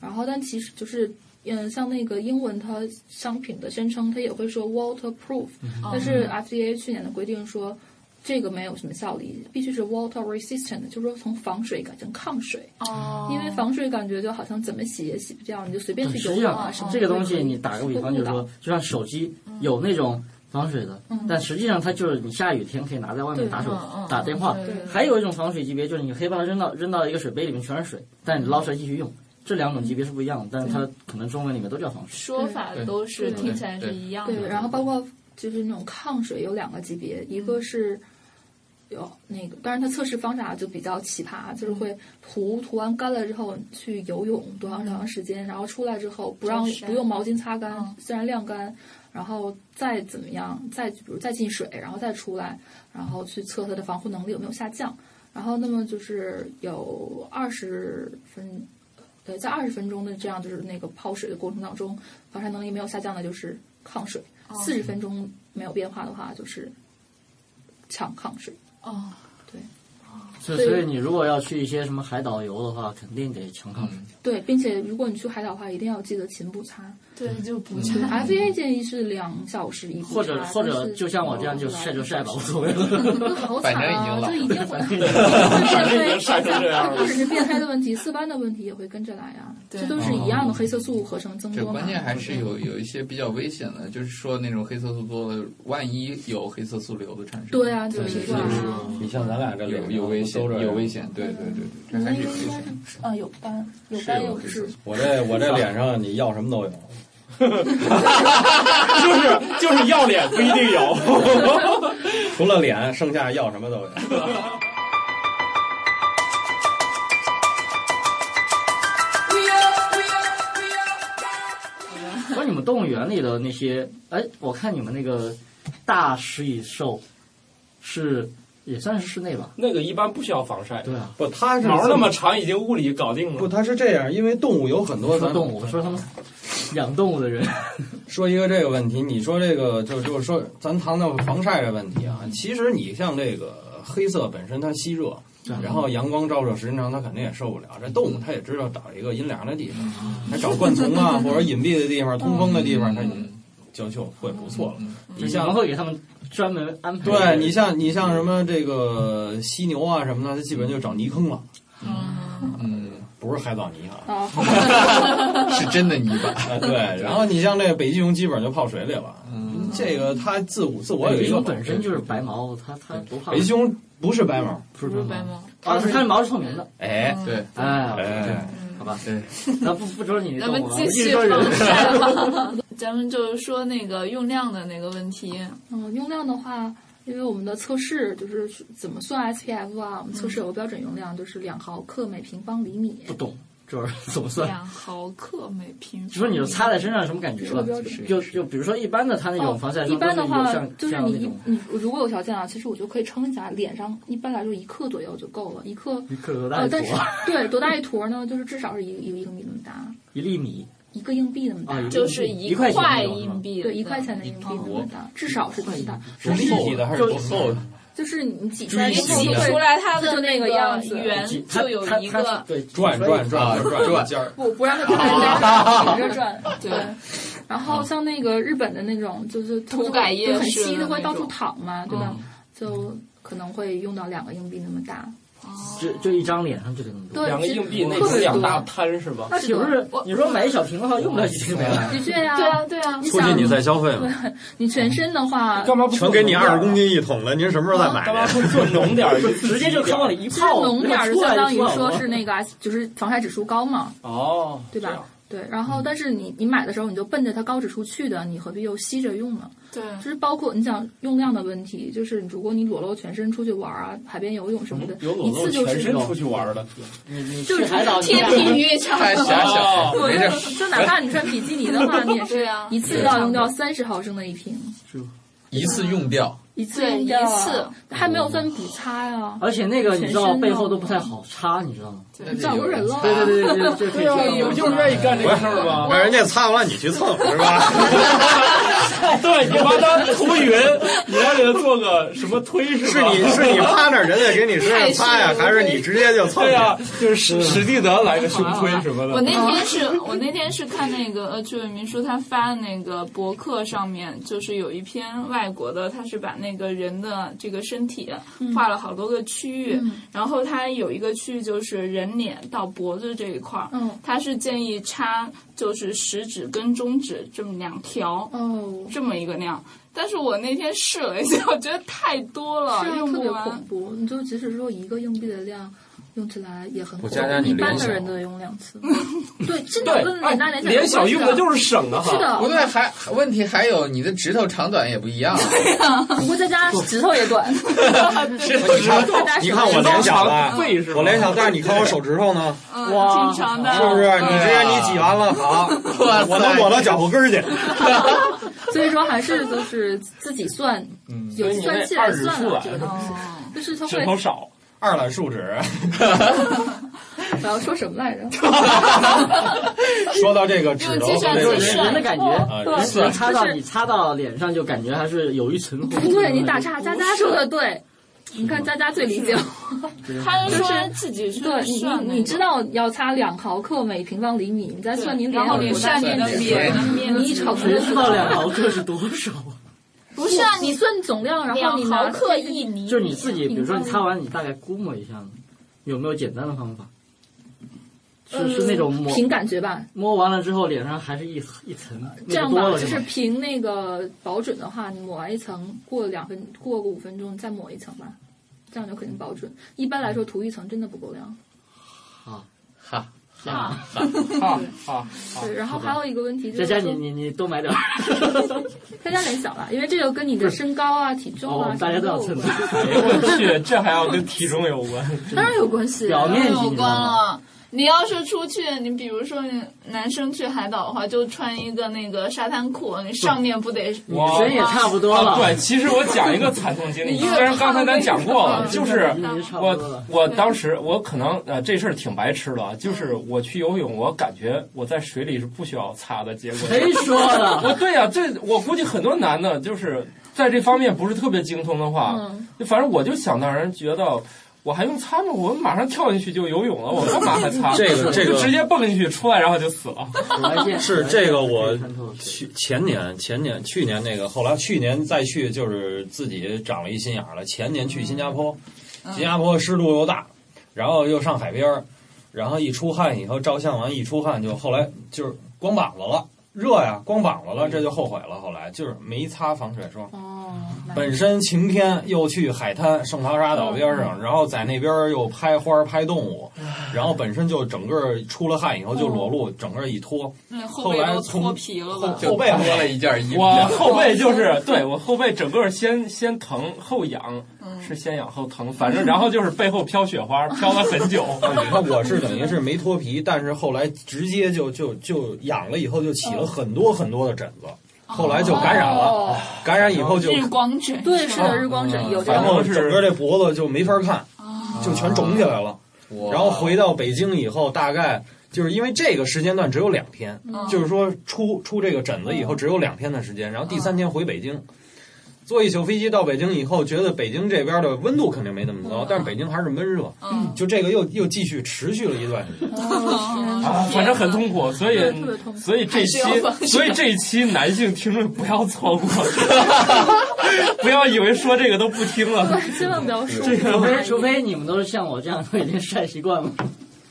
Speaker 8: 然后但其实就是。嗯，像那个英文，它商品的宣称它也会说 waterproof，、但
Speaker 4: 嗯
Speaker 8: 是 FDA 去年的规定说，这个没有什么效力，必须是 water resistant，就是说从防水改成抗水。
Speaker 3: 哦
Speaker 8: 因为防水感觉就好像怎么洗也洗不掉，你就随便去
Speaker 4: 实
Speaker 8: 游
Speaker 4: 际
Speaker 8: 泳啊
Speaker 4: 上
Speaker 8: 什么的
Speaker 4: 这个东
Speaker 8: 都
Speaker 4: 西，
Speaker 8: 可以
Speaker 4: 你打个比方就是
Speaker 8: 都
Speaker 4: 说，就像手机
Speaker 8: 嗯
Speaker 4: 有那种防水的，但实际上它就是你下雨天可以拿在外面打手
Speaker 8: 对嗯嗯
Speaker 4: 打电话
Speaker 8: 对对。
Speaker 4: 还有一种防水级别就是你可以把它扔到扔到一个水杯里面全是水，但你捞出来继续用。这两种级别是不一样的，但是它可能中文里面都叫防水。
Speaker 3: 说法都是
Speaker 8: 对
Speaker 3: 听起来是一样
Speaker 8: 对，
Speaker 3: 的。
Speaker 8: 然后包括就是那种抗水有两个级别，一
Speaker 3: 嗯
Speaker 8: 个是有那个，当然它测试方法就比较奇葩，就是
Speaker 3: 嗯
Speaker 8: 会涂涂完干了之后去游泳多长多长时间，然后出来之后不让
Speaker 3: 就晒
Speaker 8: 不用毛巾擦干，自然晾干，然后再怎么样，再比如再进水，然后再出来，然后去测它的防护能力有没有下降。然后，那么就是有二十分，对，在二十分钟的这样就是那个泡水的过程当中，防晒能力没有下降的就是抗水，四十、分钟没有变化的话就是强抗水。
Speaker 3: 哦，
Speaker 8: 对
Speaker 4: 所以
Speaker 8: 对
Speaker 4: 所以你如果要去一些什么海岛游的话，肯定得强抗水。
Speaker 8: 对，并且如果你去海岛的话，一定要记得勤补擦。
Speaker 3: 对，就不
Speaker 8: 对 FDA 建议是两小时一步
Speaker 4: 嗯或者
Speaker 8: 擦
Speaker 4: 或
Speaker 8: 但
Speaker 4: 者
Speaker 8: 是
Speaker 4: 就像我这样就晒就晒吧，无所谓
Speaker 8: 这
Speaker 4: 了。
Speaker 8: 好惨啊！这一定会会变
Speaker 4: 反正已经晒成这样
Speaker 8: 黑，
Speaker 4: 了
Speaker 8: 不只是变黑的问题，色斑的问题也会跟着来啊。这都是一样的，黑色素合成增
Speaker 2: 这
Speaker 8: 多嘛。
Speaker 2: 关键还是有有一些比较危险的，就是说那种黑色素多了，万一有黑色素瘤的产生，
Speaker 8: 对啊就皮肤啊
Speaker 9: 你像咱俩这
Speaker 2: 有有危险，有危险，对对对对，这还是有危险。
Speaker 8: 啊，嗯有斑，有斑有痣。
Speaker 9: 我这我这脸上你要什么都
Speaker 1: 就
Speaker 9: 有，
Speaker 1: 是就是要脸不一定有。
Speaker 9: 除了脸，剩下要什么都有。
Speaker 4: 说你们动物园里的那些，哎，我看你们那个大食蚁兽是也算是室内吧？
Speaker 1: 那个一般不需要防晒，
Speaker 4: 对啊，
Speaker 9: 不，它
Speaker 1: 毛那么长，已经物理搞定了。
Speaker 9: 不，它是这样，因为动物有很多
Speaker 4: 说
Speaker 9: 咱
Speaker 4: 动物，说他们养动物的人，
Speaker 9: 说一个这个问题，你说这个就就是说咱谈到防晒这问题啊，其实你像这个黑色本身它吸热，啊
Speaker 4: 嗯
Speaker 9: 然后阳光照射时间长，它肯定也受不了。这动物它也知道找一个阴凉的地方，
Speaker 4: 嗯
Speaker 9: 它找灌丛 啊或者隐蔽的地方、通风的地方，它
Speaker 4: 嗯
Speaker 1: 嗯
Speaker 9: 就就会不错了。你像
Speaker 4: 然后给他们专门安排。
Speaker 9: 对你像你像什么这个犀牛啊什么的，它基本就找泥坑了。嗯，不是海藻泥 啊，
Speaker 2: 嗯是真的泥 巴。
Speaker 9: 对，然后你像这个北极熊，基本上就泡水里了。嗯这个它自我自我有
Speaker 4: 北
Speaker 9: 一
Speaker 4: 极
Speaker 9: 个哎
Speaker 4: 熊本身就是白毛，它它不怕。
Speaker 9: 北极熊不是白毛，
Speaker 4: 不是白
Speaker 3: 毛，
Speaker 4: 它它的毛是透明的。
Speaker 9: 哎，
Speaker 2: 对，
Speaker 4: 哎，
Speaker 9: 哎，
Speaker 4: 好吧，
Speaker 2: 对，
Speaker 4: 咱不不说你的
Speaker 3: 咱
Speaker 4: 动
Speaker 3: 们
Speaker 4: 物啊，我们
Speaker 3: 继
Speaker 4: 继续
Speaker 3: 续
Speaker 4: 说
Speaker 3: 防晒
Speaker 4: 人。
Speaker 3: 吧。 咱们就是说那个用量的那个问题，
Speaker 8: 嗯，用量的话，因为我们的测试就是怎么算 SPF 啊，我们测试有个标准用量，就是两毫克每平方厘米。
Speaker 4: 不懂，这是怎么算？
Speaker 3: 两毫克每平方。
Speaker 4: 就说你就擦在身上什么感觉吧
Speaker 8: 这个标准？哦
Speaker 4: 就就比如说一般的，它那种防晒
Speaker 8: 一
Speaker 4: 霜都
Speaker 8: 般
Speaker 4: 是
Speaker 8: 的
Speaker 4: 有
Speaker 8: 话
Speaker 4: 像，
Speaker 8: 就是
Speaker 4: 像
Speaker 8: 你
Speaker 4: 那
Speaker 8: 一
Speaker 4: 种
Speaker 8: 你如果有条件啊，其实我就可以称一下，脸上一般来说一克左右就够了，一克。
Speaker 4: 一克多大
Speaker 8: 呃，
Speaker 4: 一坨啊
Speaker 8: 但是对多大一坨呢？就是至少是一个有一个米那么大，
Speaker 4: 一粒米，
Speaker 8: 一个硬币那么大，
Speaker 4: 啊一个
Speaker 3: 就是
Speaker 4: 一
Speaker 3: 块
Speaker 4: 块钱那种是吗
Speaker 3: 硬币，
Speaker 8: 对一块钱的硬币那么大，至少是这么大。
Speaker 9: 是立体的还是多厚的？
Speaker 8: 就是你挤出来
Speaker 3: 你
Speaker 8: 之后
Speaker 3: 挤
Speaker 8: 会
Speaker 3: 出来它
Speaker 8: 它
Speaker 3: 的
Speaker 8: 就那
Speaker 3: 那个
Speaker 8: 个样子
Speaker 3: 圆
Speaker 4: 它
Speaker 3: 就有
Speaker 4: 它
Speaker 3: 一
Speaker 4: 它
Speaker 3: 个
Speaker 4: 对
Speaker 9: 转转转转转
Speaker 2: 转
Speaker 9: 尖儿。
Speaker 8: 不不让它
Speaker 4: 啊
Speaker 8: 转，
Speaker 3: 旋
Speaker 8: 旋
Speaker 3: 着
Speaker 8: 着转。
Speaker 3: 对
Speaker 8: 对，然后像那个日本的那种，就是它
Speaker 3: 涂改液
Speaker 8: 就很
Speaker 3: 式的
Speaker 8: 稀的，会
Speaker 3: 那
Speaker 8: 到处
Speaker 3: 种
Speaker 8: 淌嘛，对
Speaker 4: 嗯
Speaker 8: 吧？就可能会用到两个硬币那么大。
Speaker 3: 哦
Speaker 4: 就就一张脸上就得那么多。
Speaker 8: 对，
Speaker 1: 两个
Speaker 8: 其实
Speaker 1: 硬币那
Speaker 8: 特
Speaker 1: 是
Speaker 8: 别
Speaker 1: 两
Speaker 8: 多
Speaker 1: 大摊是吧？
Speaker 4: 那岂不是你说买一小瓶的话，用不了几天没了？
Speaker 8: 的确呀，
Speaker 3: 对啊，对啊，
Speaker 8: 你
Speaker 9: 促进
Speaker 8: 想
Speaker 9: 你再消费嘛，
Speaker 8: 你全身的话，
Speaker 1: 干嘛不
Speaker 9: 全给你二十公斤一桶了，您什么时候再买
Speaker 1: 干嘛
Speaker 9: 去？
Speaker 1: 不做浓点儿？
Speaker 4: 直 接就
Speaker 1: 看
Speaker 4: 往往里一
Speaker 8: 其实
Speaker 4: 泡，
Speaker 8: 浓点儿就相当于说是
Speaker 4: 那
Speaker 8: 那个 S，就是防晒指数高嘛，
Speaker 1: 哦，
Speaker 8: 对
Speaker 1: 这
Speaker 8: 吧
Speaker 1: 样？？
Speaker 8: 对，然后但是你你买的时候你就奔着它高指数去的，你何必又吸着用呢？
Speaker 3: 对，
Speaker 8: 就是包括你想用量的问题，就是如果你裸露全身出去玩啊，海边游泳什么的，
Speaker 1: 嗯有
Speaker 8: 一
Speaker 1: 裸露
Speaker 8: 次就
Speaker 1: 全
Speaker 8: 是
Speaker 1: 身 出去玩的，
Speaker 4: 你你
Speaker 8: 就是
Speaker 4: 去海岛你
Speaker 3: 天 体浴场
Speaker 2: 太狭小
Speaker 8: 我
Speaker 1: 哦
Speaker 2: 了，没
Speaker 8: 就
Speaker 2: 事。
Speaker 8: 就哪怕你穿比基尼的话，你也
Speaker 3: 对
Speaker 8: 是
Speaker 3: 啊
Speaker 8: 一次要用掉三十毫升的一瓶，
Speaker 2: 一次用掉，
Speaker 8: 一次
Speaker 3: 对
Speaker 8: 用掉啊
Speaker 3: 一次，
Speaker 8: 还没有算补擦呀，
Speaker 4: 而且那个你知道
Speaker 8: 全身
Speaker 4: 背后都不太好擦，你知道吗？
Speaker 2: 那就
Speaker 8: 找
Speaker 2: 有
Speaker 8: 个人了。啊
Speaker 4: 对对对对，这可以
Speaker 1: 对啊，你不就是愿意干这个事儿 吗？
Speaker 9: 让人家擦完了你去蹭是吧？
Speaker 1: 对，你把它涂匀，你还给它做个什么推是
Speaker 9: 是
Speaker 1: 吧？
Speaker 9: 你是你趴那儿，人家给你身上擦呀，还是你直接就蹭
Speaker 1: 对
Speaker 9: 去？
Speaker 1: 呀，就是史史蒂德来个胸推什么
Speaker 3: 我
Speaker 1: 的。
Speaker 3: 那天是我那天是看那个呃趣味民书，他发的那个博客上面，就是有一篇外国的，他是把那个人的这个身体啊画了好多个区域，然后他有一个区域就是人脸到脖子这一块儿，
Speaker 8: 嗯
Speaker 3: 他是建议插就是食指跟中指这么两条，
Speaker 8: 哦，
Speaker 3: 这么一个那样。但是我那天试了一下， 我觉得太多了，
Speaker 8: 这样
Speaker 3: 用
Speaker 8: 特
Speaker 3: 不
Speaker 8: 别
Speaker 3: 完
Speaker 8: 恐。怖。你就即使说一个硬币的量。用起来也很
Speaker 2: 我
Speaker 8: 恐怖，
Speaker 2: 家家你
Speaker 8: 一般
Speaker 2: 联想
Speaker 8: 的人的用两次。对，真的跟
Speaker 1: 对，哎
Speaker 8: 脸大，脸
Speaker 1: 脸小
Speaker 8: 小有
Speaker 1: 用
Speaker 8: 关
Speaker 1: 的
Speaker 8: 系
Speaker 1: 就是省啊！
Speaker 8: 是
Speaker 1: 哈。
Speaker 8: 的
Speaker 2: 不，对，还问题还有你的指头长短也不一样，啊
Speaker 8: 不过在家指头也短，
Speaker 1: 是啊
Speaker 9: 你看我脸小了，
Speaker 1: 肺是吧
Speaker 9: 我脸小，但是你看我手指头呢，哎
Speaker 3: 嗯，
Speaker 4: 哇
Speaker 3: 挺长的，嗯
Speaker 9: 是不是？你直接你挤完了，好，我能抹到脚后跟儿去。
Speaker 8: 所以说还是就是自己算，有算起来算了这个 东西，
Speaker 3: 哦
Speaker 8: 就是它
Speaker 1: 指
Speaker 8: 会
Speaker 1: 头少，
Speaker 9: 二揽树脂。
Speaker 8: 我要说什么来着？
Speaker 9: 说到这个指头和这
Speaker 4: 就
Speaker 9: 个
Speaker 4: 是人人的 感觉。
Speaker 9: 啊，
Speaker 8: 对
Speaker 4: 你擦到
Speaker 8: 就是
Speaker 4: 你擦到脸上就感觉还是有一层红。
Speaker 8: 不对，你打岔，佳佳说的对。你看，佳佳最理解我。
Speaker 3: 他是说自己去
Speaker 8: 对你，
Speaker 3: 算那个
Speaker 8: 你知道要擦两毫克每平方厘米，你再算你脸
Speaker 3: 然后
Speaker 8: 有
Speaker 3: 你
Speaker 8: 多大
Speaker 3: 算你的脸的面积，
Speaker 8: 你一瞅
Speaker 4: 谁知道两毫克是多少？
Speaker 3: 不是啊，
Speaker 8: 你
Speaker 3: 你
Speaker 8: 算总量，然后
Speaker 3: 两
Speaker 8: 你
Speaker 3: 毫
Speaker 8: 拿
Speaker 3: 克一厘，
Speaker 4: 就是你自己，比如说你擦完，你大概估摸一下呢，有没有简单的方法？
Speaker 8: 呃
Speaker 4: 是是那种摸
Speaker 8: 凭感觉吧。
Speaker 4: 摸完了之后，脸上还是一一层，那
Speaker 8: 这样
Speaker 4: 个多
Speaker 8: 吧，
Speaker 4: 了
Speaker 8: 就是凭那个保准的话，你抹完一层，过两分，过个五分钟再抹一层吧，这样就肯定保准。一般来说，涂一层真的不够量。
Speaker 2: 哈，
Speaker 4: 啊。
Speaker 1: 哈哈，
Speaker 8: 对，然后还有一个问题就
Speaker 4: 佳
Speaker 8: 是
Speaker 4: 哦佳，
Speaker 8: 说，
Speaker 4: 你你你多买点 儿。
Speaker 8: 他家脸小了，因为这就跟你的身高啊、体重
Speaker 4: 哦
Speaker 8: 啊，
Speaker 4: 大家都要
Speaker 8: 什
Speaker 4: 蹭
Speaker 8: 么
Speaker 4: 蹭
Speaker 8: 有
Speaker 1: 哎
Speaker 8: 关，
Speaker 1: 呦我去，这还要跟体重有关？
Speaker 8: 当然有关系。
Speaker 4: 表
Speaker 8: 啊
Speaker 4: 面积
Speaker 3: 有
Speaker 4: 你知
Speaker 3: 关
Speaker 4: 道吗？
Speaker 3: 了。你要是出去，你比如说你男生去海岛的话，就穿一个那个沙滩裤，你上面不得
Speaker 4: 女
Speaker 1: 哇
Speaker 4: 生也差不多了。
Speaker 1: 啊，对，其实我讲一个惨痛经历，
Speaker 3: 你越
Speaker 1: 虽然刚才咱讲过
Speaker 3: 胖
Speaker 1: 了，
Speaker 3: 越
Speaker 1: 就是
Speaker 4: 你你差不多
Speaker 1: 我
Speaker 4: 了。
Speaker 1: 我当时我可能呃这事儿挺白痴的啊，就是我去游泳，我感觉我在水里是不需要擦的，结果哦啊
Speaker 4: 谁说的？
Speaker 1: 我对呀、这我估计很多男的就是在这方面不是特别精通的话，
Speaker 8: 嗯
Speaker 1: 就反正我就想当然觉得。我还用擦吗？我马上跳进去就游泳了，我干嘛还擦？
Speaker 9: 这个这个
Speaker 1: 就直接蹦进去，出来然后就死了。
Speaker 9: 是这个，我去前年、前年、去年那个，后来去年再去就是自己长了一心眼儿了。前年去新加坡，新加坡湿度又大，然后又上海边儿，然后一出汗以后照相完一出汗就后来就是光膀子了，热呀，光膀子了，这就后悔了。后来就是没擦防晒霜。
Speaker 8: 哦
Speaker 9: 本身晴天，又去海滩圣淘沙岛边上，然后在那边又拍花儿拍动物，然后本身就整个出了汗以后就裸露，整个一脱，
Speaker 3: 那后
Speaker 9: 后
Speaker 3: 背
Speaker 9: 来
Speaker 3: 都
Speaker 9: 从
Speaker 3: 脱皮了吧？
Speaker 9: 后背
Speaker 2: 多了一件衣服
Speaker 1: 我后背就是对我后背整个先先疼后痒，
Speaker 9: 嗯
Speaker 1: 是先痒后疼，反正然后就是背后飘雪花，飘了很 久。
Speaker 9: 你看我是等于是没脱皮，但是后来直接就就就痒了，以后就起了很多很多的疹子，后来就感染
Speaker 8: 哦
Speaker 9: 了，感染以后就
Speaker 3: 日光枕，
Speaker 8: 对，是的，
Speaker 9: 啊
Speaker 8: 日光
Speaker 2: 嗯
Speaker 8: 枕有这
Speaker 9: 然后
Speaker 8: 个。
Speaker 9: 整个这脖子就没法看，就全肿起来了。
Speaker 2: 哦
Speaker 9: 然后回到北京以后，大概就是因为这个时间段只有两天，
Speaker 12: 嗯
Speaker 9: 就是说出出这个疹子以后只有两天的时间，然后第三天回北京。坐一宿飞机到北京以后，觉得北京这边的温度肯定没那么高，但是北京还是闷热，
Speaker 3: 嗯
Speaker 9: 就这个又又继续持续了一段时间。
Speaker 8: 哦
Speaker 1: 啊，反正很痛苦，所以
Speaker 9: 对特别痛苦
Speaker 1: 所以这期
Speaker 9: 还是要放下
Speaker 1: 所以这一期男性听众不要错过， 不要以为说这个都不听了。
Speaker 8: 千万不要说
Speaker 1: 这
Speaker 4: 除非
Speaker 1: 个
Speaker 4: 除非你们都是像我这样都已经晒习惯了。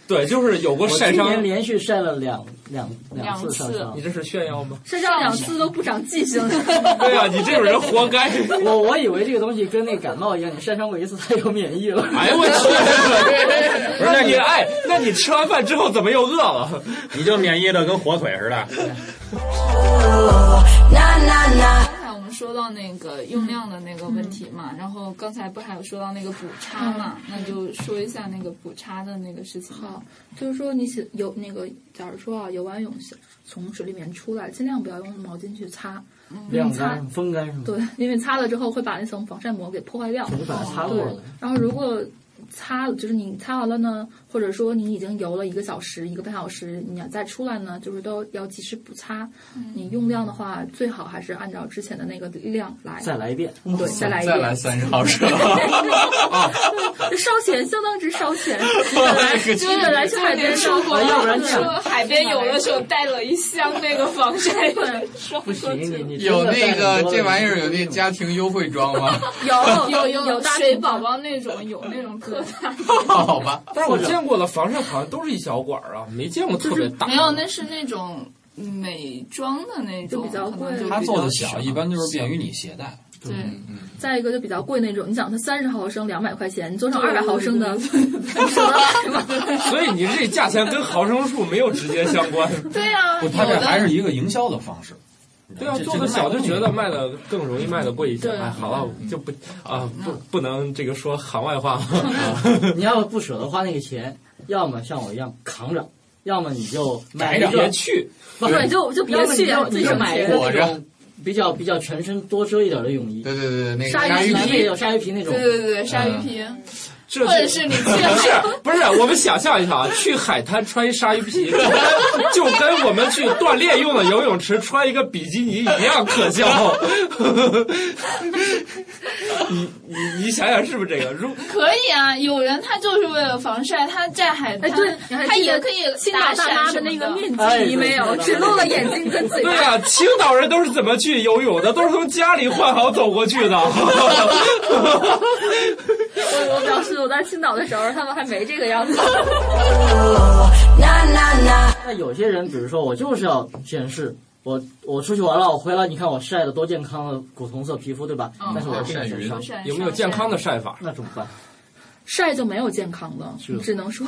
Speaker 1: 对，就是有过
Speaker 4: 我
Speaker 1: 晒
Speaker 4: 今
Speaker 1: 伤，
Speaker 4: 年连续晒了两两两次晒伤
Speaker 1: 你。这是炫耀吗？
Speaker 8: 身上两次都不长记性，
Speaker 1: 对呀、你这种人活 该。
Speaker 4: 我我以为这个东西跟那感冒一样，你晒伤过一次，它就免疫了。
Speaker 1: 哎呦我 去！
Speaker 9: 不是
Speaker 1: 那
Speaker 9: 那
Speaker 1: 你
Speaker 9: 你
Speaker 1: 哎，那你吃完饭之后怎么又饿了？
Speaker 9: 你就免疫的跟火腿似的。
Speaker 10: 那那那，
Speaker 3: 刚才我们说到那个用量的那个问题嘛，
Speaker 8: 嗯
Speaker 3: 然后刚才不还有说到那个补差嘛，那就说一下那个补差的那个事情吧。
Speaker 8: 就是说你洗游那个，假如说啊游完泳从水里面出来，尽量不要用毛巾去擦，因为
Speaker 4: 晾
Speaker 8: 你擦
Speaker 4: 干、风干什么的。
Speaker 8: 对，因为擦了之后会把那层防晒膜给破坏掉。
Speaker 4: 你把它擦过
Speaker 8: 对
Speaker 4: 了，
Speaker 8: 然后如果擦就是你擦完了呢，或者说你已经游了一个小时、一个半小时，你要再出来呢，就是都要及时补擦。你用量的话，最好还是按照之前的那个量来。
Speaker 4: 再来一遍，
Speaker 8: 对，再来一
Speaker 2: 再
Speaker 8: 遍。
Speaker 2: 来三十毫升，
Speaker 8: 烧钱，相当之烧 钱。基本来，基本来去海边
Speaker 3: 说
Speaker 8: 上，
Speaker 3: 过，
Speaker 4: 要不然这样
Speaker 3: 说 海边游的时候带了一箱那个防晒霜
Speaker 4: 不行，你你
Speaker 2: 有那个这玩意
Speaker 4: 儿。
Speaker 2: 儿有那家庭优惠装吗？
Speaker 8: 有
Speaker 3: 有
Speaker 8: 有
Speaker 3: 有
Speaker 8: 大
Speaker 3: 水宝宝那种，有那种特大的，
Speaker 2: 好吧，
Speaker 1: 但是我见过的防晒好像都是一小管儿啊，没见过特别大。
Speaker 3: 没有，那是那种美妆的那
Speaker 8: 就
Speaker 3: 种，
Speaker 8: 比较
Speaker 3: 可能
Speaker 8: 贵
Speaker 3: 就
Speaker 9: 它
Speaker 3: 比
Speaker 9: 做
Speaker 3: 较
Speaker 9: 的小，一般就是便于你携带。
Speaker 3: 对，
Speaker 8: 再一个就比较贵那种，你想它三十毫升两百块钱，你做成二
Speaker 3: 对
Speaker 8: 百毫升的，
Speaker 1: 所以你这价钱跟毫升数没有直接相关。
Speaker 3: 对啊，
Speaker 9: 不，它
Speaker 3: 有
Speaker 9: 这
Speaker 3: 的
Speaker 9: 还是一个营销的方式。
Speaker 1: 对啊，
Speaker 9: 这
Speaker 1: 做的小就觉得卖的更容易卖的贵一些。
Speaker 3: 对
Speaker 1: 哎，好了，就不啊不不能这个说行外话。
Speaker 4: 你要不舍得花那个钱，要么像我一样扛着，要么你就买
Speaker 1: 买
Speaker 4: 一
Speaker 1: 着
Speaker 4: 个
Speaker 1: 别去，
Speaker 4: 不
Speaker 8: 对，就就别去
Speaker 4: 要，么
Speaker 8: 自
Speaker 4: 你
Speaker 8: 己
Speaker 4: 就买一
Speaker 8: 去
Speaker 4: 个
Speaker 2: 裹
Speaker 4: 那
Speaker 2: 着
Speaker 4: 种比较比较全身多遮一点的泳衣，
Speaker 2: 对对对对，那个
Speaker 8: 鲨
Speaker 2: 鲨
Speaker 8: 鱼
Speaker 2: 鱼
Speaker 4: 南美
Speaker 2: 皮，
Speaker 4: 有鲨鱼皮那种
Speaker 3: 对，对对，对鲨鱼皮，
Speaker 1: 嗯这就
Speaker 3: 或者是你去
Speaker 1: 不是
Speaker 3: 海
Speaker 1: 不是，我们想象一下啊，去海滩穿一鲨鱼皮，就跟就跟我们去锻炼用的游泳池穿一个比基尼一样可笑。 你你你想想是不是这个？如
Speaker 3: 可以啊，有人他就是为了防晒，他在海滩，
Speaker 8: 哎对 你还
Speaker 3: 他
Speaker 8: 记得
Speaker 3: 也可以
Speaker 8: 青岛
Speaker 3: 打
Speaker 8: 大
Speaker 3: 伞
Speaker 8: 妈
Speaker 3: 什
Speaker 8: 的
Speaker 3: 么
Speaker 8: 那个面
Speaker 4: 哎
Speaker 8: 基，你没有，
Speaker 4: 对
Speaker 8: 只露了眼睛跟嘴
Speaker 1: 对
Speaker 8: 巴。
Speaker 1: 呀、青岛人都是怎么去游泳的？都是从家里换好走过去的。
Speaker 8: 我我表示我在青岛的时候，他们还没这个样子。
Speaker 10: 那那那，
Speaker 4: 那有些人，比如说我就是要显示我我出去玩了，我回来你看我晒的多健康的古铜色皮肤，对吧？
Speaker 3: 嗯
Speaker 4: 但是我这个晒伤
Speaker 3: 防，晒
Speaker 1: 有没有健康的晒法？
Speaker 4: 那怎么办？
Speaker 8: 晒就没有健康的，
Speaker 4: 是
Speaker 8: 只能说，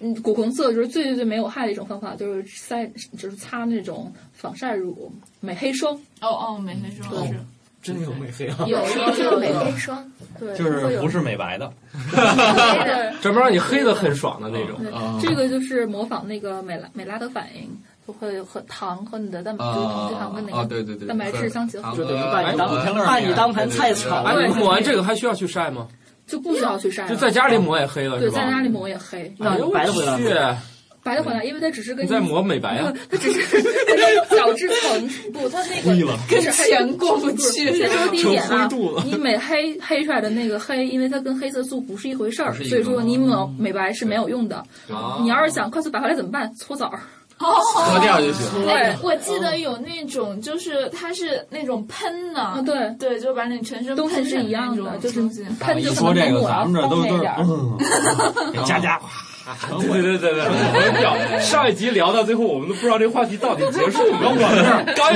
Speaker 8: 嗯，古铜色就是最最最没有害的一种方法，就是晒，就是擦那种防晒乳、美黑霜。
Speaker 3: 哦哦，美黑霜
Speaker 1: 嗯
Speaker 3: 是
Speaker 4: 真的有美黑啊！
Speaker 8: 有有
Speaker 11: 这个玫
Speaker 8: 有，
Speaker 11: 瑰霜，
Speaker 8: 对，
Speaker 9: 就是不是美白的，
Speaker 8: 对
Speaker 1: 专门让你黑的很爽的那
Speaker 8: 嗯
Speaker 1: 种。
Speaker 2: 啊
Speaker 8: 这个就是模仿那个美拉美拉德反应，就会和糖和你的蛋白，就是同聚糖跟
Speaker 2: 啊
Speaker 8: 那
Speaker 2: 啊
Speaker 8: 个
Speaker 2: 对对对，
Speaker 8: 蛋白质相结合，
Speaker 4: 就等于
Speaker 2: 呃
Speaker 4: 把你当
Speaker 2: 哎
Speaker 4: 把你当盘菜炒
Speaker 1: 哎
Speaker 4: 了，
Speaker 1: 抹完这个还需要去晒吗？
Speaker 8: 就不需要去晒了，
Speaker 1: 就在家里抹也黑了，
Speaker 8: 对，
Speaker 1: 是吧？
Speaker 8: 在家里抹也黑。
Speaker 1: 哎
Speaker 4: 那
Speaker 1: 呦
Speaker 4: 白的回来
Speaker 1: 我
Speaker 4: 了。
Speaker 1: 去！
Speaker 8: 白的回来，因为它只是跟
Speaker 1: 你在抹美白啊，
Speaker 8: 嗯它只是它角质层不，它那
Speaker 1: 灰
Speaker 8: 个
Speaker 1: 了
Speaker 8: 跟
Speaker 3: 钱过不去
Speaker 8: 先说第一点啊
Speaker 1: 成灰度了，
Speaker 8: 你美黑黑出来的那个黑，因为它跟黑色素不是一回事儿，
Speaker 2: 不是一
Speaker 8: 所以
Speaker 2: 个
Speaker 8: 说你抹美白是没有用的。你要是想快速白回来怎么办？搓澡儿。
Speaker 3: 哦
Speaker 4: 啊
Speaker 1: 脱掉就行
Speaker 3: 哎，我记得有那种，就是它是那种喷的，
Speaker 8: 哦啊对
Speaker 3: 对，就把你全身
Speaker 8: 东西
Speaker 3: 喷
Speaker 8: 是一样的，就是喷
Speaker 9: 一
Speaker 8: 就可
Speaker 9: 说
Speaker 8: 能
Speaker 9: 这
Speaker 8: 跟
Speaker 9: 个，
Speaker 8: 我
Speaker 9: 咱们这都
Speaker 8: 方便
Speaker 9: 都
Speaker 8: 一
Speaker 9: 是
Speaker 8: 点儿
Speaker 9: 嗯， 加加，
Speaker 1: 对对对对，我跟你讲，上一集聊到最后，我们都不知道这话题到底结束没有。我们这儿刚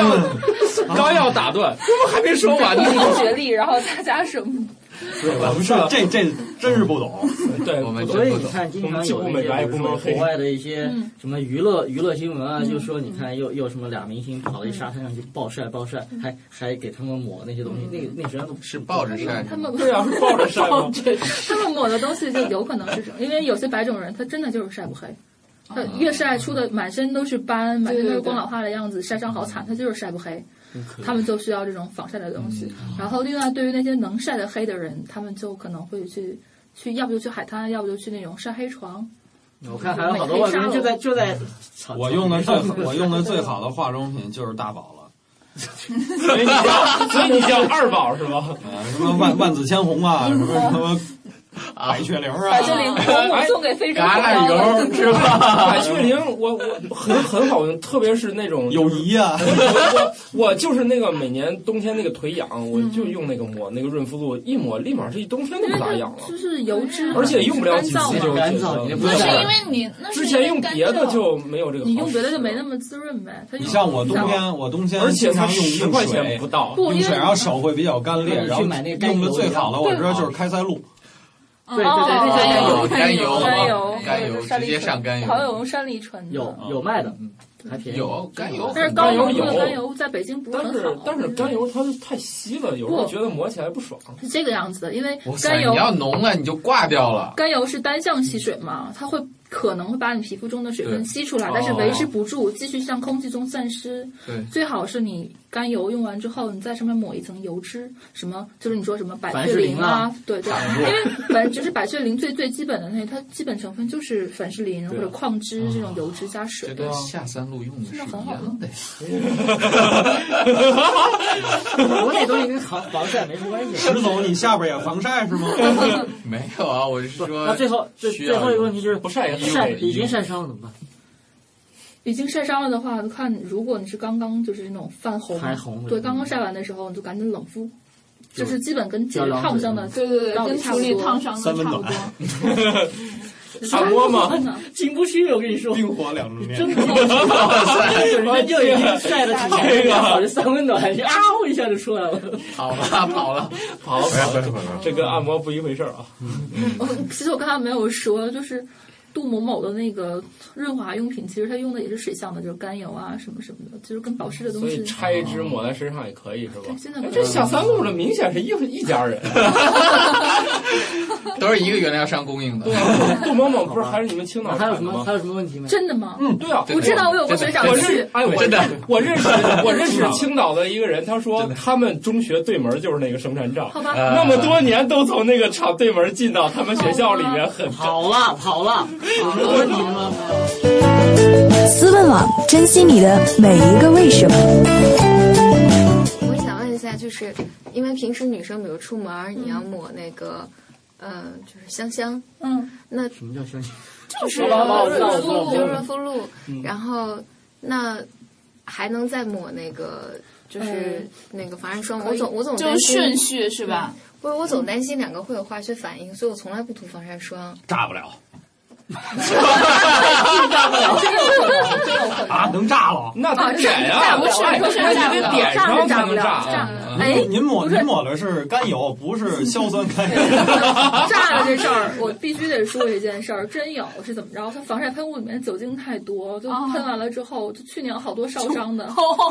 Speaker 1: 要刚要打断，我们还没说完呢。
Speaker 8: 学历，然后大家什么？
Speaker 9: 我们是这这真是不 懂，
Speaker 1: 对，
Speaker 2: 我们
Speaker 1: 不懂
Speaker 2: 真
Speaker 4: 所以
Speaker 2: 不
Speaker 4: 你
Speaker 2: 懂。
Speaker 4: 看，经
Speaker 1: 我们
Speaker 4: 常
Speaker 1: 既
Speaker 4: 有
Speaker 1: 不
Speaker 4: 那
Speaker 1: 美白也
Speaker 4: 些，比
Speaker 1: 不
Speaker 4: 如说
Speaker 1: 能黑
Speaker 4: 国外的一些
Speaker 8: 嗯
Speaker 4: 什么娱乐娱乐新闻啊，就说你看又又什么俩明星跑到一沙滩上去暴晒暴晒，还还给他们抹那些东西，那个那实际上都
Speaker 2: 是抱着晒，
Speaker 8: 他们
Speaker 1: 对啊呀，是抱着晒吗？
Speaker 8: 他们抹的东 西就有可能是这种，因为有些白种人他真的就是晒不黑，
Speaker 1: 啊
Speaker 8: 他越晒出的满身都是斑，满身都是光老化的样子，晒伤好惨，他就是晒不黑，他们就需要这种防晒的东西。
Speaker 1: 嗯
Speaker 8: 然后另外对于那些能晒得黑的人，他们就可能会去去，要不就去海滩，要不就去那种晒黑 床。
Speaker 4: 我看还有好多外国人就在就在，
Speaker 9: 我用的最好我用的最好的化妆品就是大宝了。所以你叫
Speaker 1: 所以你叫二宝是吗？
Speaker 9: 呃什么万万紫千红啊，什么什么百雀羚啊，
Speaker 8: 把这里红我送给非洲
Speaker 1: 哎
Speaker 2: 橄榄
Speaker 8: 朋友们
Speaker 2: 油是吧？
Speaker 1: 百雀羚，我我很很好用，特别是那种
Speaker 9: 友谊啊，
Speaker 1: 我我我就是那个每年冬天那个腿痒，我就用那个抹那个润肤露，一抹立马这一冬天都不咋痒了，
Speaker 8: 就是油脂，
Speaker 1: 而且用不了几
Speaker 8: 嗯干燥
Speaker 1: 次
Speaker 8: 嘛
Speaker 1: 就
Speaker 4: 干
Speaker 1: 解决
Speaker 4: 燥
Speaker 1: 了
Speaker 4: 你这不
Speaker 3: 那
Speaker 4: 是
Speaker 3: 是
Speaker 1: 对
Speaker 3: 因为你那是
Speaker 1: 之
Speaker 3: 因
Speaker 1: 前
Speaker 3: 为
Speaker 1: 用
Speaker 3: 干
Speaker 1: 别的
Speaker 3: 燥
Speaker 1: 就没有这个好使。
Speaker 8: 你用别的就没那么滋润呗。它就
Speaker 9: 你像我冬天，我冬天
Speaker 1: 而且
Speaker 9: 经
Speaker 1: 才
Speaker 9: 常用
Speaker 1: 十
Speaker 9: 用
Speaker 1: 块
Speaker 9: 水啊
Speaker 1: 钱不到，
Speaker 8: 不
Speaker 9: 用
Speaker 8: 因
Speaker 9: 水，
Speaker 8: 为
Speaker 9: 然后手会比较干裂，
Speaker 4: 你
Speaker 9: 然后
Speaker 4: 去买那个甘
Speaker 9: 用的
Speaker 4: 油
Speaker 9: 最
Speaker 4: 一样
Speaker 9: 好的，我知道就是开塞露。
Speaker 4: 对
Speaker 3: 哦
Speaker 4: 对对，
Speaker 8: 对
Speaker 4: 那
Speaker 8: 对
Speaker 2: 甘
Speaker 4: 些有
Speaker 8: 对
Speaker 2: 油
Speaker 8: 甘油
Speaker 2: 甘油直接上甘油
Speaker 8: 好像有用山梨醇的，
Speaker 4: 有有卖的，嗯还便宜。
Speaker 2: 有甘油，
Speaker 8: 但是高浓度
Speaker 1: 有
Speaker 8: 的甘油在北京不是
Speaker 1: 但
Speaker 8: 很
Speaker 1: 是
Speaker 8: 好。
Speaker 1: 但是甘油它太稀了，有时候
Speaker 8: 不嗯
Speaker 1: 觉得抹起来不爽。
Speaker 8: 是这个样子的，因为
Speaker 2: 哇塞，
Speaker 8: 甘油
Speaker 2: 你要浓了你就挂掉了。
Speaker 8: 甘油是单向吸水嘛，它会可能会把你皮肤中的水分
Speaker 2: 对
Speaker 8: 吸出来
Speaker 1: 哦，
Speaker 8: 但是维持不住，继续向空气中散失。
Speaker 2: 对
Speaker 8: 最好是你甘油用完之后，你在上面抹一层油脂，什么就是你说什么百
Speaker 4: 凡
Speaker 8: 雀
Speaker 4: 士林
Speaker 8: 羚
Speaker 4: 啊
Speaker 8: 啊，对对，因为反正就是百雀羚最最基本的那它基本成分就是凡士林或者矿脂这种油脂加水
Speaker 2: 这。跟下三路用的是一样的，
Speaker 4: 国内东西跟 防防晒没什么关系。
Speaker 9: 石总，你下边也防晒是吗？ 哎
Speaker 2: 没有啊，我是说
Speaker 4: 那最后最
Speaker 2: 需要
Speaker 4: 最后一个问题就是
Speaker 1: 不晒也
Speaker 4: 晒已经晒伤了怎么办？
Speaker 8: 已经晒伤了的话，看如果你是刚刚就是那种泛红，
Speaker 4: 还红
Speaker 8: 对，刚刚晒完的时候，你就赶紧冷敷，
Speaker 4: 就
Speaker 8: 就是基本跟解
Speaker 4: 浇
Speaker 8: 决
Speaker 4: 凉
Speaker 8: 烫
Speaker 4: 水
Speaker 8: 伤的
Speaker 3: 对对对，
Speaker 8: 道理
Speaker 3: 跟
Speaker 8: 差
Speaker 3: 处
Speaker 8: 不
Speaker 3: 理
Speaker 8: 多
Speaker 3: 烫伤的
Speaker 9: 三分
Speaker 3: 差不多
Speaker 9: 暖。
Speaker 1: 按摩吗？
Speaker 8: 真的
Speaker 4: 经不起，我跟你说，
Speaker 9: 冰火两重天
Speaker 4: 真，不好吃， 人就已经晒得挺严重了，我这三温暖啊一下就出来了。
Speaker 2: 跑了跑 了，
Speaker 1: 跑了跑了，
Speaker 12: 不要
Speaker 1: 这跟按摩不一回事儿啊。
Speaker 8: 其实我刚才没有说，就是杜某某的那个润滑用品，其实它用的也是水相的，就是甘油啊什么什么的，就是跟保湿的东
Speaker 1: 所
Speaker 8: 西
Speaker 1: 以。拆一支抹在身上也可以是吧？
Speaker 8: 真的
Speaker 1: 哎
Speaker 8: 不
Speaker 1: 这小三路这明显是一一家人。
Speaker 2: 都是一个原料商供应的。
Speaker 4: 啊
Speaker 1: 杜某某不是还是你们青岛
Speaker 4: 还有什
Speaker 1: 产的
Speaker 4: 么
Speaker 1: 吗
Speaker 4: 还？有什么问题吗？
Speaker 8: 真的吗？
Speaker 1: 嗯，对啊，
Speaker 2: 对
Speaker 8: 我知道我有个学长
Speaker 1: 我
Speaker 8: 去
Speaker 1: 认，哎，我
Speaker 2: 真的，
Speaker 1: 我认识我认识青岛的一个人，他说他们中学对门就是那个生产厂，
Speaker 8: 好吧，
Speaker 2: 呃
Speaker 1: 那么多年都从那个厂对门进到他们学校里面，很
Speaker 4: 跑了跑了，有什么问题吗？
Speaker 13: 思问网，珍惜你的每一个为什么。
Speaker 11: 我想问一下，就是因为平时女生比如出门儿，你要抹那个，呃，就是香香，
Speaker 8: 嗯，
Speaker 11: 那
Speaker 4: 什么叫相信？
Speaker 11: 就是
Speaker 4: 说吧我
Speaker 11: 润
Speaker 4: 我
Speaker 11: 肤
Speaker 4: 我
Speaker 11: 露，就是润肤露， 然后那还能再抹那个。就是那个防晒霜，我总我总
Speaker 3: 就
Speaker 11: 担
Speaker 3: 是
Speaker 11: 心
Speaker 3: 顺序是吧？
Speaker 11: 不是，我总担心两个会有化学反应，所以我从来不涂防晒霜。
Speaker 9: 炸不了
Speaker 8: 真 有可能，真有可能。
Speaker 9: 啊，能炸了。
Speaker 1: 那得点呀，
Speaker 8: 不是
Speaker 1: 哎
Speaker 8: 不是
Speaker 1: 那
Speaker 8: 炸不
Speaker 1: 你得
Speaker 8: 了
Speaker 1: 点
Speaker 8: 炸
Speaker 1: 上才
Speaker 8: 是炸不
Speaker 1: 能
Speaker 8: 了，
Speaker 1: 炸
Speaker 8: 炸
Speaker 1: 啊。
Speaker 8: 了。哎，
Speaker 9: 您抹您抹的是甘油，不是硝酸甘油。
Speaker 8: 炸了这事儿，我必须得说一件事儿，真有是怎么着？它防晒喷雾里面酒精太多，就
Speaker 3: 哦
Speaker 8: 喷完了之后，就去年好多烧伤的。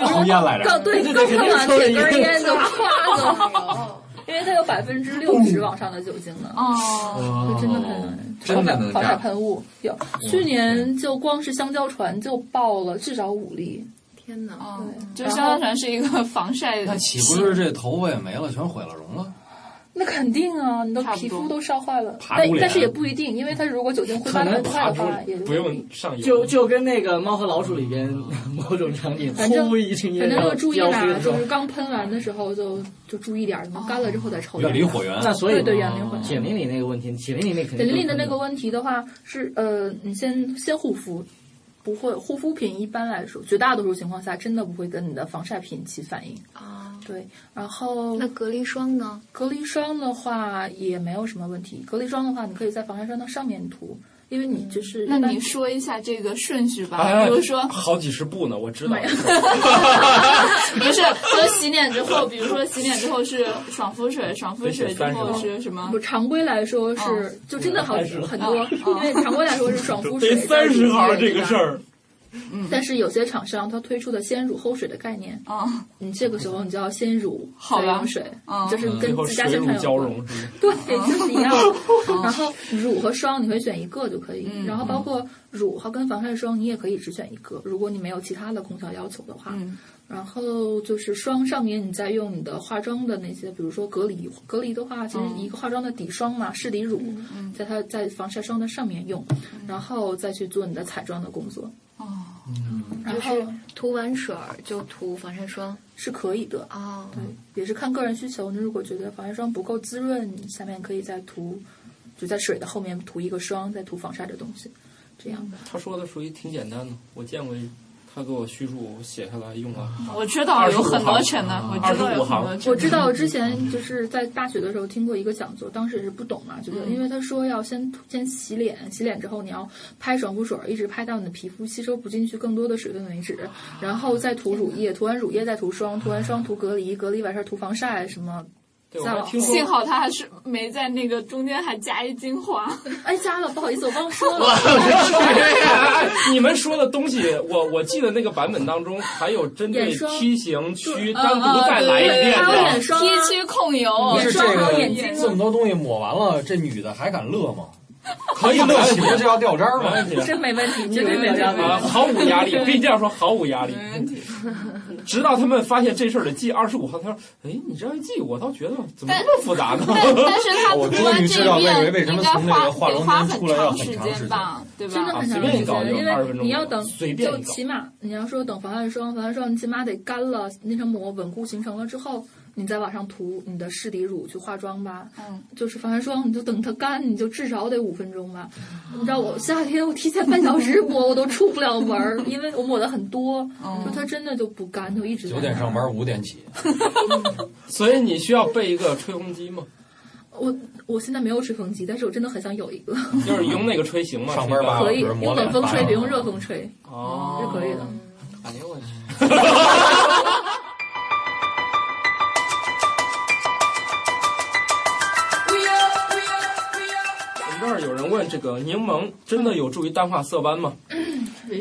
Speaker 9: 抽 烟来着，
Speaker 8: 刚 对，刚喷完铁根烟就歘
Speaker 11: 哦哎
Speaker 8: 了，因为它有百分之六十往上的酒精呢。
Speaker 3: 哦，
Speaker 8: 就真的很
Speaker 2: 哦
Speaker 8: 难，
Speaker 2: 真的能
Speaker 8: 防晒
Speaker 2: 炸。
Speaker 8: 喷雾有，去年就光是香蕉船就爆了至少五例，
Speaker 11: 天
Speaker 3: 哦
Speaker 11: 哪！
Speaker 3: 哦，就相当于是一个防晒
Speaker 9: 那岂不是这头发也没了，全毁了容了？
Speaker 8: 那肯定啊，你的皮肤都烧坏了，
Speaker 1: 爬
Speaker 8: 但
Speaker 1: 出脸
Speaker 8: 但是也不一定，因为它如果酒精挥
Speaker 4: 可
Speaker 8: 发的
Speaker 4: 能
Speaker 8: 很快
Speaker 4: 爬
Speaker 8: 的话，也
Speaker 1: 不用上油，
Speaker 4: 就就跟那个《猫和老鼠》里边 某种场景，
Speaker 8: 反正
Speaker 4: 呼一阵
Speaker 8: 反
Speaker 4: 烟，
Speaker 8: 正
Speaker 4: 然
Speaker 8: 要
Speaker 4: 后
Speaker 8: 注意
Speaker 4: 飙飞
Speaker 8: 啦，
Speaker 4: 的时
Speaker 8: 就
Speaker 4: 候
Speaker 8: 是刚喷完的时候就就注意点儿，干了之后再抽点儿。
Speaker 4: 那所以
Speaker 8: 对对远离火源。
Speaker 4: 简林里那个问题，简林里那肯定
Speaker 8: 简历里的
Speaker 4: 就是
Speaker 8: 那个问题的话是呃，你先先护肤，不会护肤品一般来说，绝大多数情况下真的不会跟你的防晒品起反应。
Speaker 11: 啊，
Speaker 8: 对，然后
Speaker 11: 那隔离霜呢？
Speaker 8: 隔离霜的话也没有什么问题，隔离霜的话你可以在防晒霜的上面涂，因为你就是
Speaker 3: 嗯那
Speaker 8: 一般
Speaker 3: 你说一下这个顺序吧，
Speaker 1: 哎，
Speaker 3: 比如 说
Speaker 1: 好几十步呢，我知道。
Speaker 3: 不是，就洗脸之后，比如说洗脸之后是爽肤水，爽肤水之后是什么？
Speaker 8: 不常规来说是
Speaker 3: 嗯
Speaker 8: 就真的好
Speaker 3: 嗯
Speaker 8: 很多，因
Speaker 3: 嗯
Speaker 8: 为常规来说是爽肤水
Speaker 1: 哦 得三十行这个事。儿，
Speaker 8: 但是有些厂商它推出的先乳后水的概念，
Speaker 3: 啊、
Speaker 8: 你这个时候你就要先乳
Speaker 3: 好
Speaker 8: 再
Speaker 3: 吧
Speaker 8: 用水，
Speaker 3: 嗯
Speaker 8: 就是
Speaker 1: 最
Speaker 8: 跟
Speaker 1: 后
Speaker 8: 自家
Speaker 1: 水
Speaker 8: 生
Speaker 1: 乳
Speaker 8: 产有
Speaker 1: 交
Speaker 8: 关。
Speaker 1: 融，是吗
Speaker 8: 对，就是一样的。哦然后乳和霜你可以选一个就可以，然后包括乳和跟防晒霜你也可以只选一个，如果你没有其他的功效要求的话。然后就是霜上面，你再用你的化妆的那些，比如说隔离，隔离的话，其实一个化妆的底霜嘛，适底乳，在它在防晒霜的上面用，然后再去做你的彩妆的工作。
Speaker 11: 哦，
Speaker 8: 然
Speaker 11: 就是
Speaker 8: 后
Speaker 11: 涂完水儿就涂防晒霜
Speaker 8: 是可以的，
Speaker 11: 哦，
Speaker 8: 对，也是看个人需求。你如果觉得防晒霜不够滋润，你下面可以再涂，就在水的后面涂一个霜，再涂防晒的东西，这样的。
Speaker 1: 他说的属于挺简单的，我见过，他给我叙述，我写下来用了。
Speaker 3: 我知道有很多选的，我知道有
Speaker 1: 25
Speaker 3: 很多
Speaker 1: 行
Speaker 3: 选。
Speaker 8: 我知道，我之前就是在大学的时候听过一个讲座，当时也是不懂嘛，就是因为他说要先涂先洗脸，洗脸之后你要拍爽肤水，一直拍到你的皮肤吸收不进去更多的水分为止，然后再涂乳液，涂完乳液再涂霜，涂完霜涂隔离，隔离完事儿涂防晒什么。
Speaker 1: 对
Speaker 8: 再
Speaker 1: 我还
Speaker 8: 往
Speaker 1: 听说
Speaker 8: 后
Speaker 3: 幸好他还是没在那个中间还加一精华，
Speaker 8: 哎，加了，不好意 思，我忘说了。
Speaker 1: 哎你们说的东西，我我记得那个版本当中还有针对
Speaker 8: 眼霜
Speaker 1: 梯形区
Speaker 3: 嗯
Speaker 1: 单独再来一遍
Speaker 3: 嗯对
Speaker 1: 的。
Speaker 8: 霜啊
Speaker 3: ，T 区控油，
Speaker 9: 不是这
Speaker 8: 还有
Speaker 9: 个
Speaker 8: 哦眼睛啊
Speaker 9: 这么多东西抹完了，这女的还敢乐吗？
Speaker 1: 可以
Speaker 9: 乐起不就要掉渣儿
Speaker 1: 没问
Speaker 9: 吗？
Speaker 1: 题
Speaker 8: 真没问题，绝
Speaker 1: 没
Speaker 8: 对没
Speaker 1: 问题
Speaker 8: 问题。
Speaker 1: 啊，毫无压力，可以这样说，毫无压
Speaker 3: 嗯
Speaker 1: 力。直到他们发现这事儿得记二十五号，他说：“哎，你这样一记，我倒觉得怎么那么复杂呢？”
Speaker 3: 但但是他
Speaker 9: 我
Speaker 3: 涂
Speaker 9: 终
Speaker 3: 完
Speaker 9: 于
Speaker 3: 这
Speaker 9: 知道
Speaker 3: 一
Speaker 9: 魏
Speaker 3: 遍
Speaker 9: 为为什
Speaker 3: 应
Speaker 9: 么
Speaker 3: 该
Speaker 9: 从那
Speaker 3: 花
Speaker 9: 个化
Speaker 3: 得花
Speaker 9: 妆间
Speaker 3: 很
Speaker 9: 出来要
Speaker 3: 长时
Speaker 9: 很长时
Speaker 3: 间
Speaker 9: 间
Speaker 3: 吧，对
Speaker 8: 真的
Speaker 3: 吧？
Speaker 8: 很
Speaker 1: 啊
Speaker 8: 长
Speaker 1: 随便
Speaker 8: 时
Speaker 1: 一搞
Speaker 8: 间，
Speaker 1: 就20
Speaker 8: 因
Speaker 1: 分
Speaker 8: 为
Speaker 1: 钟
Speaker 8: 你要等，
Speaker 1: 随便
Speaker 8: 就
Speaker 1: 一搞
Speaker 8: 起码你要说等防晒霜，防晒霜你起码得干了，那层膜稳固形成了之后，你再往上涂你的适底乳去化妆吧。
Speaker 3: 嗯，
Speaker 8: 就是防晒霜，你就等它干，你就至少得五分钟吧。你知道我夏天我提前半小时抹，我都出不了门儿，因为我抹的很多，
Speaker 3: 嗯
Speaker 8: 就它真的就不干，就一直在
Speaker 9: 九点
Speaker 8: 那儿
Speaker 9: 上班，五点起，
Speaker 1: 所以你需要备一个吹风机吗？
Speaker 8: 我我现在没有吹风机，但是我真的很想有一个，
Speaker 1: 就是用那个吹行吗？
Speaker 9: 上班吧
Speaker 8: 可以
Speaker 9: 不是
Speaker 8: 用
Speaker 9: 抹
Speaker 8: 冷
Speaker 9: 脸
Speaker 8: 风吹，
Speaker 9: 吧
Speaker 8: 别用热风吹，
Speaker 1: 哦，
Speaker 8: 是可以的。
Speaker 1: 哎呦我去！我们这儿有人问这个柠檬真的有助于淡化色斑吗？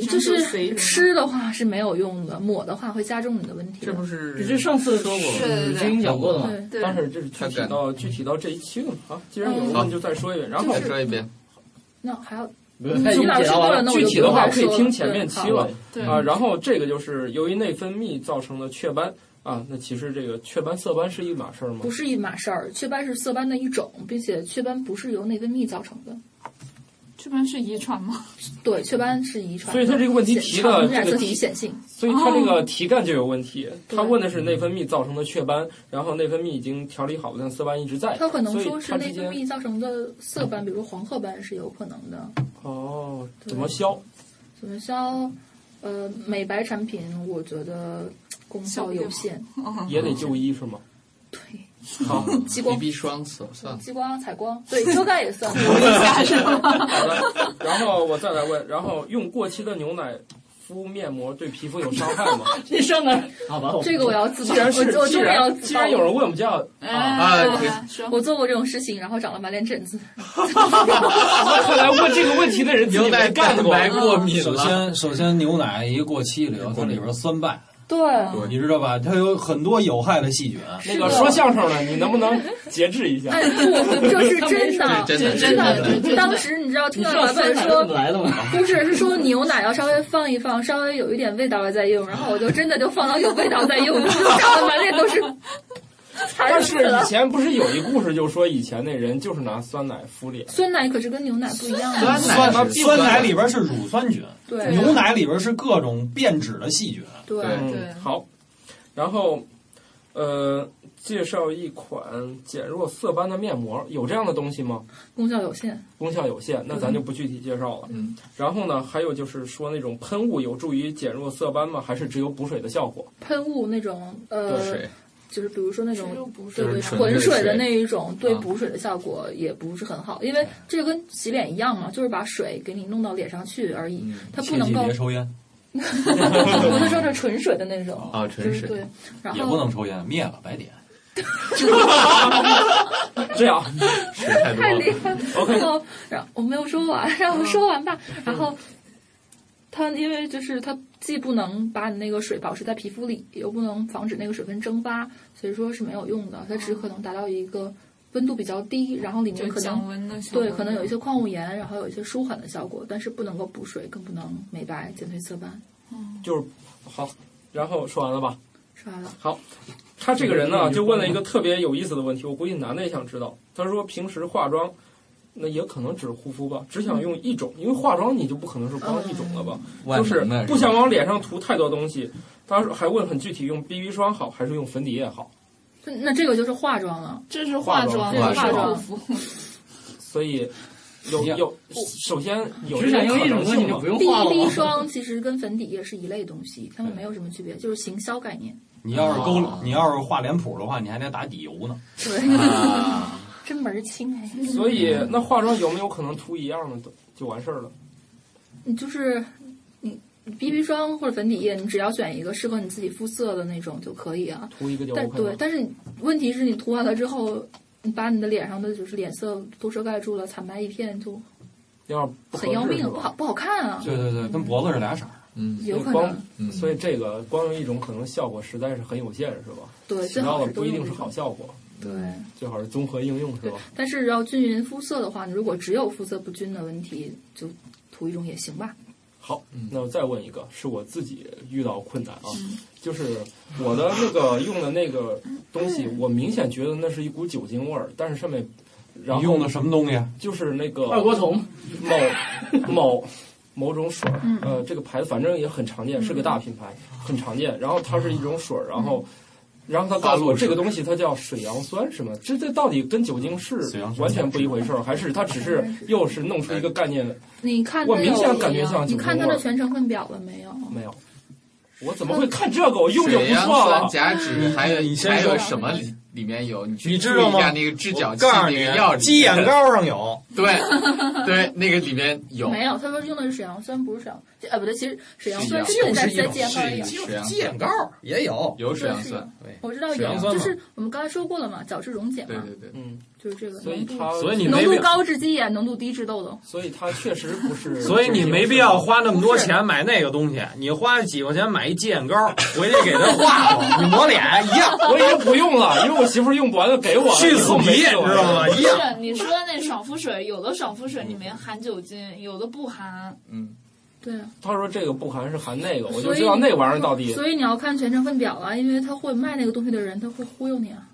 Speaker 8: 就是吃的话是没有用的，抹的话会加重你的问题的。
Speaker 1: 不是
Speaker 4: 这上次说过
Speaker 3: 对对对
Speaker 4: 已经讲过了嘛。
Speaker 8: 对对
Speaker 1: 但是这是具体到具体到这一期了
Speaker 8: 嗯
Speaker 1: 啊。既然有人问，就再说一遍。然后
Speaker 2: 再说一遍，
Speaker 8: 那还要
Speaker 4: 太
Speaker 8: 你老师
Speaker 4: 解答
Speaker 8: 说
Speaker 4: 完
Speaker 8: 了，
Speaker 4: 了
Speaker 8: 那我
Speaker 1: 具
Speaker 8: 就
Speaker 1: 体
Speaker 8: 不
Speaker 1: 的
Speaker 8: 用
Speaker 1: 话
Speaker 8: 再
Speaker 1: 可以
Speaker 8: 说
Speaker 1: 听
Speaker 8: 了
Speaker 1: 前面
Speaker 8: 对
Speaker 1: 期
Speaker 8: 好
Speaker 1: 了
Speaker 3: 对
Speaker 1: 啊。然后这个就是由于内分泌造成的雀斑啊，那其实这个雀斑、色斑是一码事儿吗
Speaker 8: 不？是一码事儿，雀斑是色斑的一种，并且雀斑不是由内分泌造成的。
Speaker 3: 这边是遗传吗？
Speaker 8: 对，雀斑是遗传的，
Speaker 1: 所以他这个问题提的
Speaker 8: 常染
Speaker 1: 这个
Speaker 8: 色体显性。
Speaker 1: 所以他这
Speaker 8: 哦
Speaker 1: 个题干就有问题。他问的是内分泌造成的雀斑，然后内分泌已经调理好了，但色斑一直在。
Speaker 8: 他可能
Speaker 1: 所以
Speaker 8: 说是
Speaker 1: 它之
Speaker 8: 内分
Speaker 1: 间
Speaker 8: 泌造成的色斑，比如黄褐斑是有可能的。
Speaker 1: 哦，怎么消？
Speaker 8: 怎么消？呃，美白产品我觉得功效有限，
Speaker 1: 也得就医是吗？对。好，
Speaker 8: 激光
Speaker 2: BB 霜算算
Speaker 8: 激光、采光，对遮盖 也算。
Speaker 1: 好了，然后我再来问，然后用过期的牛奶敷面膜对皮肤有伤害吗？
Speaker 4: 你上哪儿？好吧，
Speaker 8: 这 个我要自
Speaker 1: 既
Speaker 8: 曝，
Speaker 1: 然是
Speaker 8: 我我
Speaker 1: 既
Speaker 8: 终于要
Speaker 1: 然
Speaker 8: 自曝
Speaker 1: 既然有人问，我们就 要
Speaker 2: 啊，对
Speaker 3: 哎说
Speaker 8: 我做过这种事情，然后长了满脸疹子。
Speaker 1: 看来问这个问题的人自己
Speaker 2: 牛奶
Speaker 1: 没干过。
Speaker 2: 蛋白过敏
Speaker 9: 首
Speaker 2: 了，
Speaker 9: 先，首先牛奶一过期了以后，它里边酸败，
Speaker 8: 对，
Speaker 9: 你知道吧？它有很多有害的细菌。
Speaker 1: 那个说相声的，你能不能节制一下？
Speaker 8: 哎，不，这是真的，
Speaker 2: 这是
Speaker 8: 真
Speaker 2: 真的
Speaker 8: 的
Speaker 2: 真。
Speaker 8: 当时你知道听
Speaker 4: 你
Speaker 8: 到
Speaker 4: 知道
Speaker 8: 老
Speaker 4: 酸
Speaker 8: 板
Speaker 4: 奶怎么
Speaker 8: 说，
Speaker 4: 来的吗？
Speaker 8: 不是是说牛奶要稍微放一放，稍 微有一点味道了再用，然后我就真的就放到有味道再用，就长得满脸都是。
Speaker 1: 但是以前不是有一故事，就说以前那人就是拿酸奶敷脸，
Speaker 8: 酸奶可是跟牛奶不一样的。
Speaker 9: 酸奶酸奶里边是乳酸菌，
Speaker 8: 对
Speaker 9: 牛奶里边是各种变质的细菌。
Speaker 8: 对
Speaker 1: 对，嗯好，然后呃，介绍一款减弱色斑的面膜，有这样的东西吗？
Speaker 8: 功效有限。
Speaker 1: 功效有限，那咱就不具体介绍了。
Speaker 2: 嗯，
Speaker 1: 然后呢，还有就是说那种喷雾有助于减弱色斑吗？还是只有补水的效果？
Speaker 8: 喷雾那种呃，
Speaker 2: 水
Speaker 8: 就是比如说那种对
Speaker 2: 就是
Speaker 8: 对
Speaker 2: 纯
Speaker 8: 浑
Speaker 2: 粹
Speaker 8: 水的
Speaker 2: 水
Speaker 8: 那一种，对
Speaker 2: 啊
Speaker 8: 补水的效果也不是很好，因为这跟洗脸一样嘛，就是把水给你弄到脸上去而已，它不
Speaker 9: 切
Speaker 8: 能
Speaker 9: 记
Speaker 8: 够。
Speaker 9: 别抽烟，
Speaker 8: 我是说这纯水的那种
Speaker 9: 啊纯
Speaker 8: 就是
Speaker 9: 水
Speaker 8: 对，然后
Speaker 9: 也不能抽烟，灭了白点。
Speaker 1: 呃这样
Speaker 9: 水太嗯
Speaker 8: 太厉害了。然后，然后我没有说完，让我说完吧。然后，它因为就是它既不能把你那个水保持在皮肤里，又不能防止那个水分蒸发，所以说是没有用的。它只可能达到一个温度比较低，然后里面
Speaker 3: 就
Speaker 8: 可
Speaker 9: 哦
Speaker 3: 降
Speaker 8: 能
Speaker 3: 温的效果。
Speaker 8: 对可能有一些矿物盐，然后有一些舒缓的效果，但是不能够补水，更不能美白、减退色斑。
Speaker 1: 就是好，然后说完了吧？
Speaker 8: 说完了。
Speaker 1: 好，他这个人呢，就问了一个特别有意思的问题，我估计男的也想知道。他说平时化妆，那也可能只护肤吧，只想用一种，因为化妆你就不可能是光一种了吧，
Speaker 14: 嗯
Speaker 1: 就是
Speaker 14: 万能的是吧
Speaker 1: 不想往脸上涂太多东西。他还问很具体，用 BB 霜好还是用粉底液好？
Speaker 8: 那那这个就是化妆了，
Speaker 3: 这是
Speaker 1: 化妆
Speaker 8: 这是
Speaker 1: 化
Speaker 8: 化
Speaker 1: 妆
Speaker 8: 妆。
Speaker 1: 所以有有，首先有
Speaker 4: 只想用一种
Speaker 1: 可能性
Speaker 4: 东西
Speaker 1: 嘛
Speaker 4: 就不用
Speaker 8: BB 霜其实跟粉底液是一类东西，它们没有什么区别，就是行销概念。
Speaker 9: 你要是勾，你要是画脸谱的话，你还得打底油呢。
Speaker 8: 对，
Speaker 2: 啊
Speaker 8: 真门儿清哎。
Speaker 1: 所以那化妆有没有可能涂一样的都就完事儿了？
Speaker 8: 你就是你 BB 霜或者粉底液，你只要选一个适合你自己肤色的那种就可以啊。
Speaker 1: 涂一个就
Speaker 8: 但
Speaker 1: OK
Speaker 8: 对
Speaker 1: 了，。
Speaker 8: 但是你问题是你涂完了之后，你把你的脸上的就是脸色都遮盖住了，惨白一片，就
Speaker 1: 要是不合
Speaker 8: 很要
Speaker 1: 适
Speaker 8: 命
Speaker 1: 是，
Speaker 8: 不
Speaker 1: 吧
Speaker 8: 好不好看啊。
Speaker 9: 对对对，跟脖子是俩色儿。
Speaker 2: 嗯
Speaker 8: 有可能
Speaker 1: 光，所以这个光用一种可能效果实在是很有限，是吧？
Speaker 8: 对
Speaker 1: 起到
Speaker 8: 最好
Speaker 1: 了
Speaker 8: 是
Speaker 1: 不
Speaker 8: 多
Speaker 1: 一
Speaker 8: 用
Speaker 1: 定
Speaker 8: 一
Speaker 1: 是
Speaker 8: 种
Speaker 1: 好效果。
Speaker 8: 对，
Speaker 1: 最好是综合应用，是吧？
Speaker 8: 但是要均匀肤色的话，你如果只有肤色不均的问题，就涂一种也行吧。
Speaker 1: 好，那我再问一个，是我自己遇到困难啊，
Speaker 8: 嗯
Speaker 1: 就是我的那个用的那个东西，
Speaker 8: 嗯
Speaker 1: 我明显觉得那是一股酒精味儿，但是上面，然后
Speaker 9: 你用的什么东西？啊
Speaker 1: 就是那个
Speaker 4: 二锅头
Speaker 1: 某某某种水儿，
Speaker 8: 嗯
Speaker 1: 呃，这个牌子反正也很常见，是个大品牌，很常见。然后它是一种水儿，然
Speaker 8: 嗯
Speaker 1: 后。然后他告诉我，这个东西它叫水杨酸，是吗？这这到底跟酒精是完全不一回事儿，还是哎它只是又是弄出一个概念？
Speaker 8: 你看它
Speaker 1: 我
Speaker 8: 有，
Speaker 1: 明显感觉像
Speaker 8: 你看它
Speaker 1: 酒精味
Speaker 8: 的
Speaker 1: 儿
Speaker 8: 全成分表了没有？
Speaker 1: 没有，我怎么会看这个？我用就不
Speaker 2: 水杨
Speaker 1: 错了
Speaker 2: 酸。甲酯，还有
Speaker 9: 你先
Speaker 2: 还有
Speaker 9: 说
Speaker 2: 什么里里面有？你去
Speaker 9: 你知道
Speaker 2: 注意一
Speaker 9: 吗？
Speaker 2: 下那个治
Speaker 9: 我
Speaker 2: 脚气
Speaker 9: 告诉
Speaker 2: 那
Speaker 9: 你啊
Speaker 2: 个药，，
Speaker 9: 鸡 眼膏上有。
Speaker 2: 对对， 那个里面有
Speaker 8: 没有，他说用的是水杨酸，不是水杨，这呃不对，其实水杨酸
Speaker 9: 水杨
Speaker 8: 在
Speaker 9: 酸
Speaker 8: 在
Speaker 9: 就是一
Speaker 8: 健
Speaker 9: 种
Speaker 8: 康里有。
Speaker 2: 水杨
Speaker 9: 鸡眼膏也有，
Speaker 2: 有水杨酸，
Speaker 8: 我知道
Speaker 2: 水杨
Speaker 8: 有，
Speaker 2: 酸
Speaker 8: 就
Speaker 2: 嘛
Speaker 8: 是我们刚才说过了嘛，角质溶解
Speaker 2: 对
Speaker 8: 嘛，
Speaker 2: 对对，
Speaker 1: 嗯，
Speaker 8: 就是这个
Speaker 1: 所以
Speaker 8: 浓
Speaker 1: 它
Speaker 8: 度，
Speaker 9: 所以你没
Speaker 8: 浓
Speaker 9: 必
Speaker 8: 度
Speaker 9: 要
Speaker 8: 高治鸡眼，浓度低治痘痘。
Speaker 1: 所以它确实不是。
Speaker 9: 所以你没必要花那么多钱买那个东西，你花几块钱买一鸡眼膏，回去给它化化，你抹脸一样。
Speaker 1: 我已经不用了，因为我媳妇儿用不完就给我了，
Speaker 9: 去
Speaker 1: 以
Speaker 9: 死
Speaker 1: 后没
Speaker 9: 你
Speaker 1: 事了
Speaker 9: 知道吗
Speaker 3: 不是你说的那爽肤水，有的爽肤水里面含酒精，有的不含。
Speaker 2: 嗯，
Speaker 8: 对啊，
Speaker 1: 他说这个不含是含那个，我就
Speaker 8: 所以
Speaker 1: 知道那玩意儿到底
Speaker 8: 所以你要看全成分表啊，因为他会卖那个东西的人，他会忽悠你啊。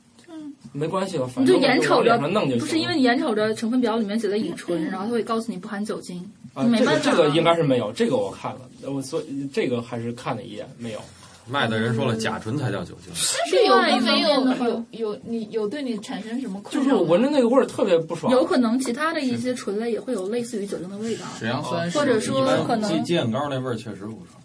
Speaker 1: 没关系了，
Speaker 8: 你
Speaker 1: 反正
Speaker 8: 就
Speaker 1: 我
Speaker 8: 眼瞅
Speaker 1: 往
Speaker 8: 着
Speaker 1: 脸上弄就行了。
Speaker 8: 不是因为你眼瞅着成分表里面写的乙醇，然后他会告诉你不含酒精，
Speaker 1: 啊，
Speaker 8: 没
Speaker 1: 这个
Speaker 8: 办
Speaker 1: 这
Speaker 8: 法啊。
Speaker 1: 个应该是没有，这个我看了，我所以这个还是看了一眼，没有。
Speaker 9: 卖的人说了，甲醇才叫酒精。
Speaker 3: 但
Speaker 8: 是有
Speaker 3: 的
Speaker 8: 的
Speaker 3: 没
Speaker 8: 没
Speaker 3: 有
Speaker 8: 有
Speaker 3: 有有你有对你产生什么
Speaker 1: 就
Speaker 3: 困
Speaker 1: 是
Speaker 3: 扰
Speaker 1: 我
Speaker 3: 吗？
Speaker 1: 闻着那个味儿特别不爽。
Speaker 8: 有可能其他的一些醇类也会有类似于酒精的味道。
Speaker 2: 水杨酸是
Speaker 8: 或者说
Speaker 2: 一般
Speaker 8: 可能
Speaker 9: 鸡鸡眼膏那味儿确实不爽。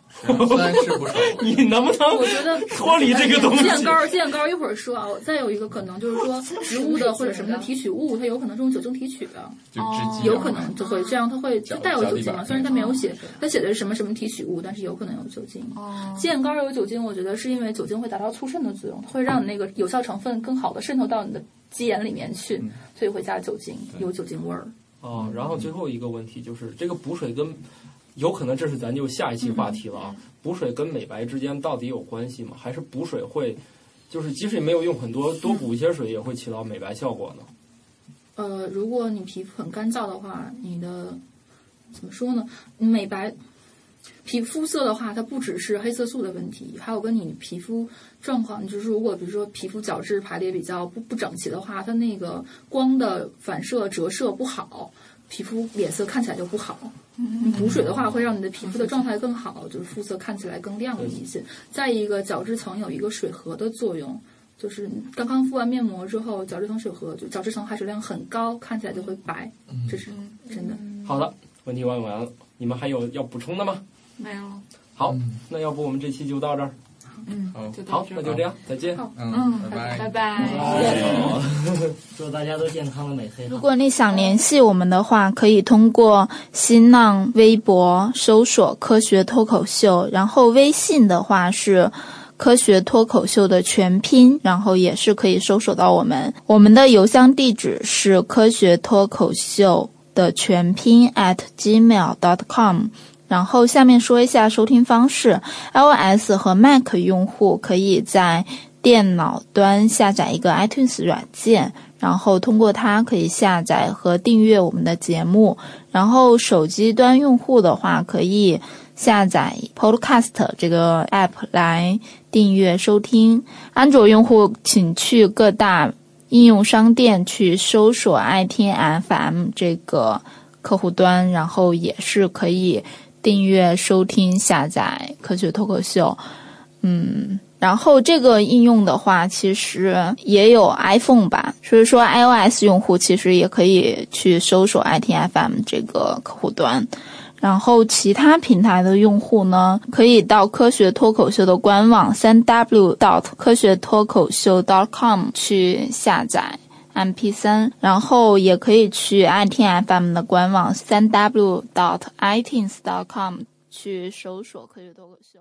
Speaker 2: 酸是不少。
Speaker 1: 你能不能
Speaker 8: 我觉得
Speaker 1: 脱离这个东西
Speaker 8: 健膏，健膏一会儿说啊，我再有一个可能就是
Speaker 2: 哦
Speaker 8: 说植物的或者什么的提取物，它有可能是用酒精提取的，
Speaker 2: 就直接
Speaker 8: 哦有可能就会这样，它会
Speaker 2: 哦脚
Speaker 8: 就带有酒精
Speaker 2: 脚底
Speaker 8: 嘛。
Speaker 2: 板哦
Speaker 8: 虽然它没有写，它写的是什么什么提取物，但是有可能有酒精。
Speaker 3: 哦
Speaker 8: 健膏有酒精，我觉得是因为酒精会达到促渗的作用，它会让你那个有效成分更好的渗透到你的肌研里面去，
Speaker 2: 嗯
Speaker 8: 所以会加酒精，有酒精味儿。
Speaker 1: 哦，然后最后一个问题就是这个补水跟，有可能这是咱就下一期话题了啊。补水跟美白之间到底有关系吗？还是补水会，就是即使没有用很多，多补一些水也会起到美白效果呢？
Speaker 8: 呃，如果你皮肤很干燥的话，你的怎么说呢？你美白皮肤色的话，它不只是黑色素的问题，还有跟你皮肤状况，你就是如果比如说皮肤角质排列比较不不整齐的话，它那个光的反射折射不好，皮肤脸色看起来就不好。你补水的话，会让你的皮肤的状态更好，就是肤色看起来更亮丽一些。再一个，角质层有一个水合的作用，就是刚刚敷完面膜之后，角质层水合，就角质层含水量很高，看起来就会白，
Speaker 2: 嗯
Speaker 8: 这是真的。
Speaker 1: 好的，问题问完了，你们还有要补充的吗？
Speaker 2: 没有了。
Speaker 1: 好，那要不我们这期就到这儿。
Speaker 2: 嗯，
Speaker 1: 好，那就这样，再见。
Speaker 2: 嗯，拜拜。
Speaker 1: 好
Speaker 4: 祝大家都健康的美 黑。
Speaker 3: 如果你想联系我们的话，可以通过新浪微博搜索“科学脱口秀”，然后微信的话是“科学脱口秀”的全拼，然后也是可以搜索到我们。我们的邮箱地址是“科学脱口秀”的全拼 at gmail.com。然后下面说一下收听方式，iOS 和 Mac 用户可以在电脑端下载一个 iTunes 软件，然后通过它可以下载和订阅我们的节目。然后手机端用户的话，可以下载 Podcast 这个 app 来订阅收听。安卓用户请去各大应用商店去搜索爱听 FM 这个客户端，然后也是可以。订阅、收听、下载《科学脱口秀》。嗯，然后这个应用的话，其实也有 iPhone 吧，所以说 iOS 用户其实也可以去搜索 ITFM 这个客户端。然后其他平台的用户呢，可以到科学脱口秀的官网三 w dot 科学脱口秀 dot com 去下载 MP 三，然后也可以去 iTunes FM 的官网三 w dot itunes dot com 去搜索科学脱口秀。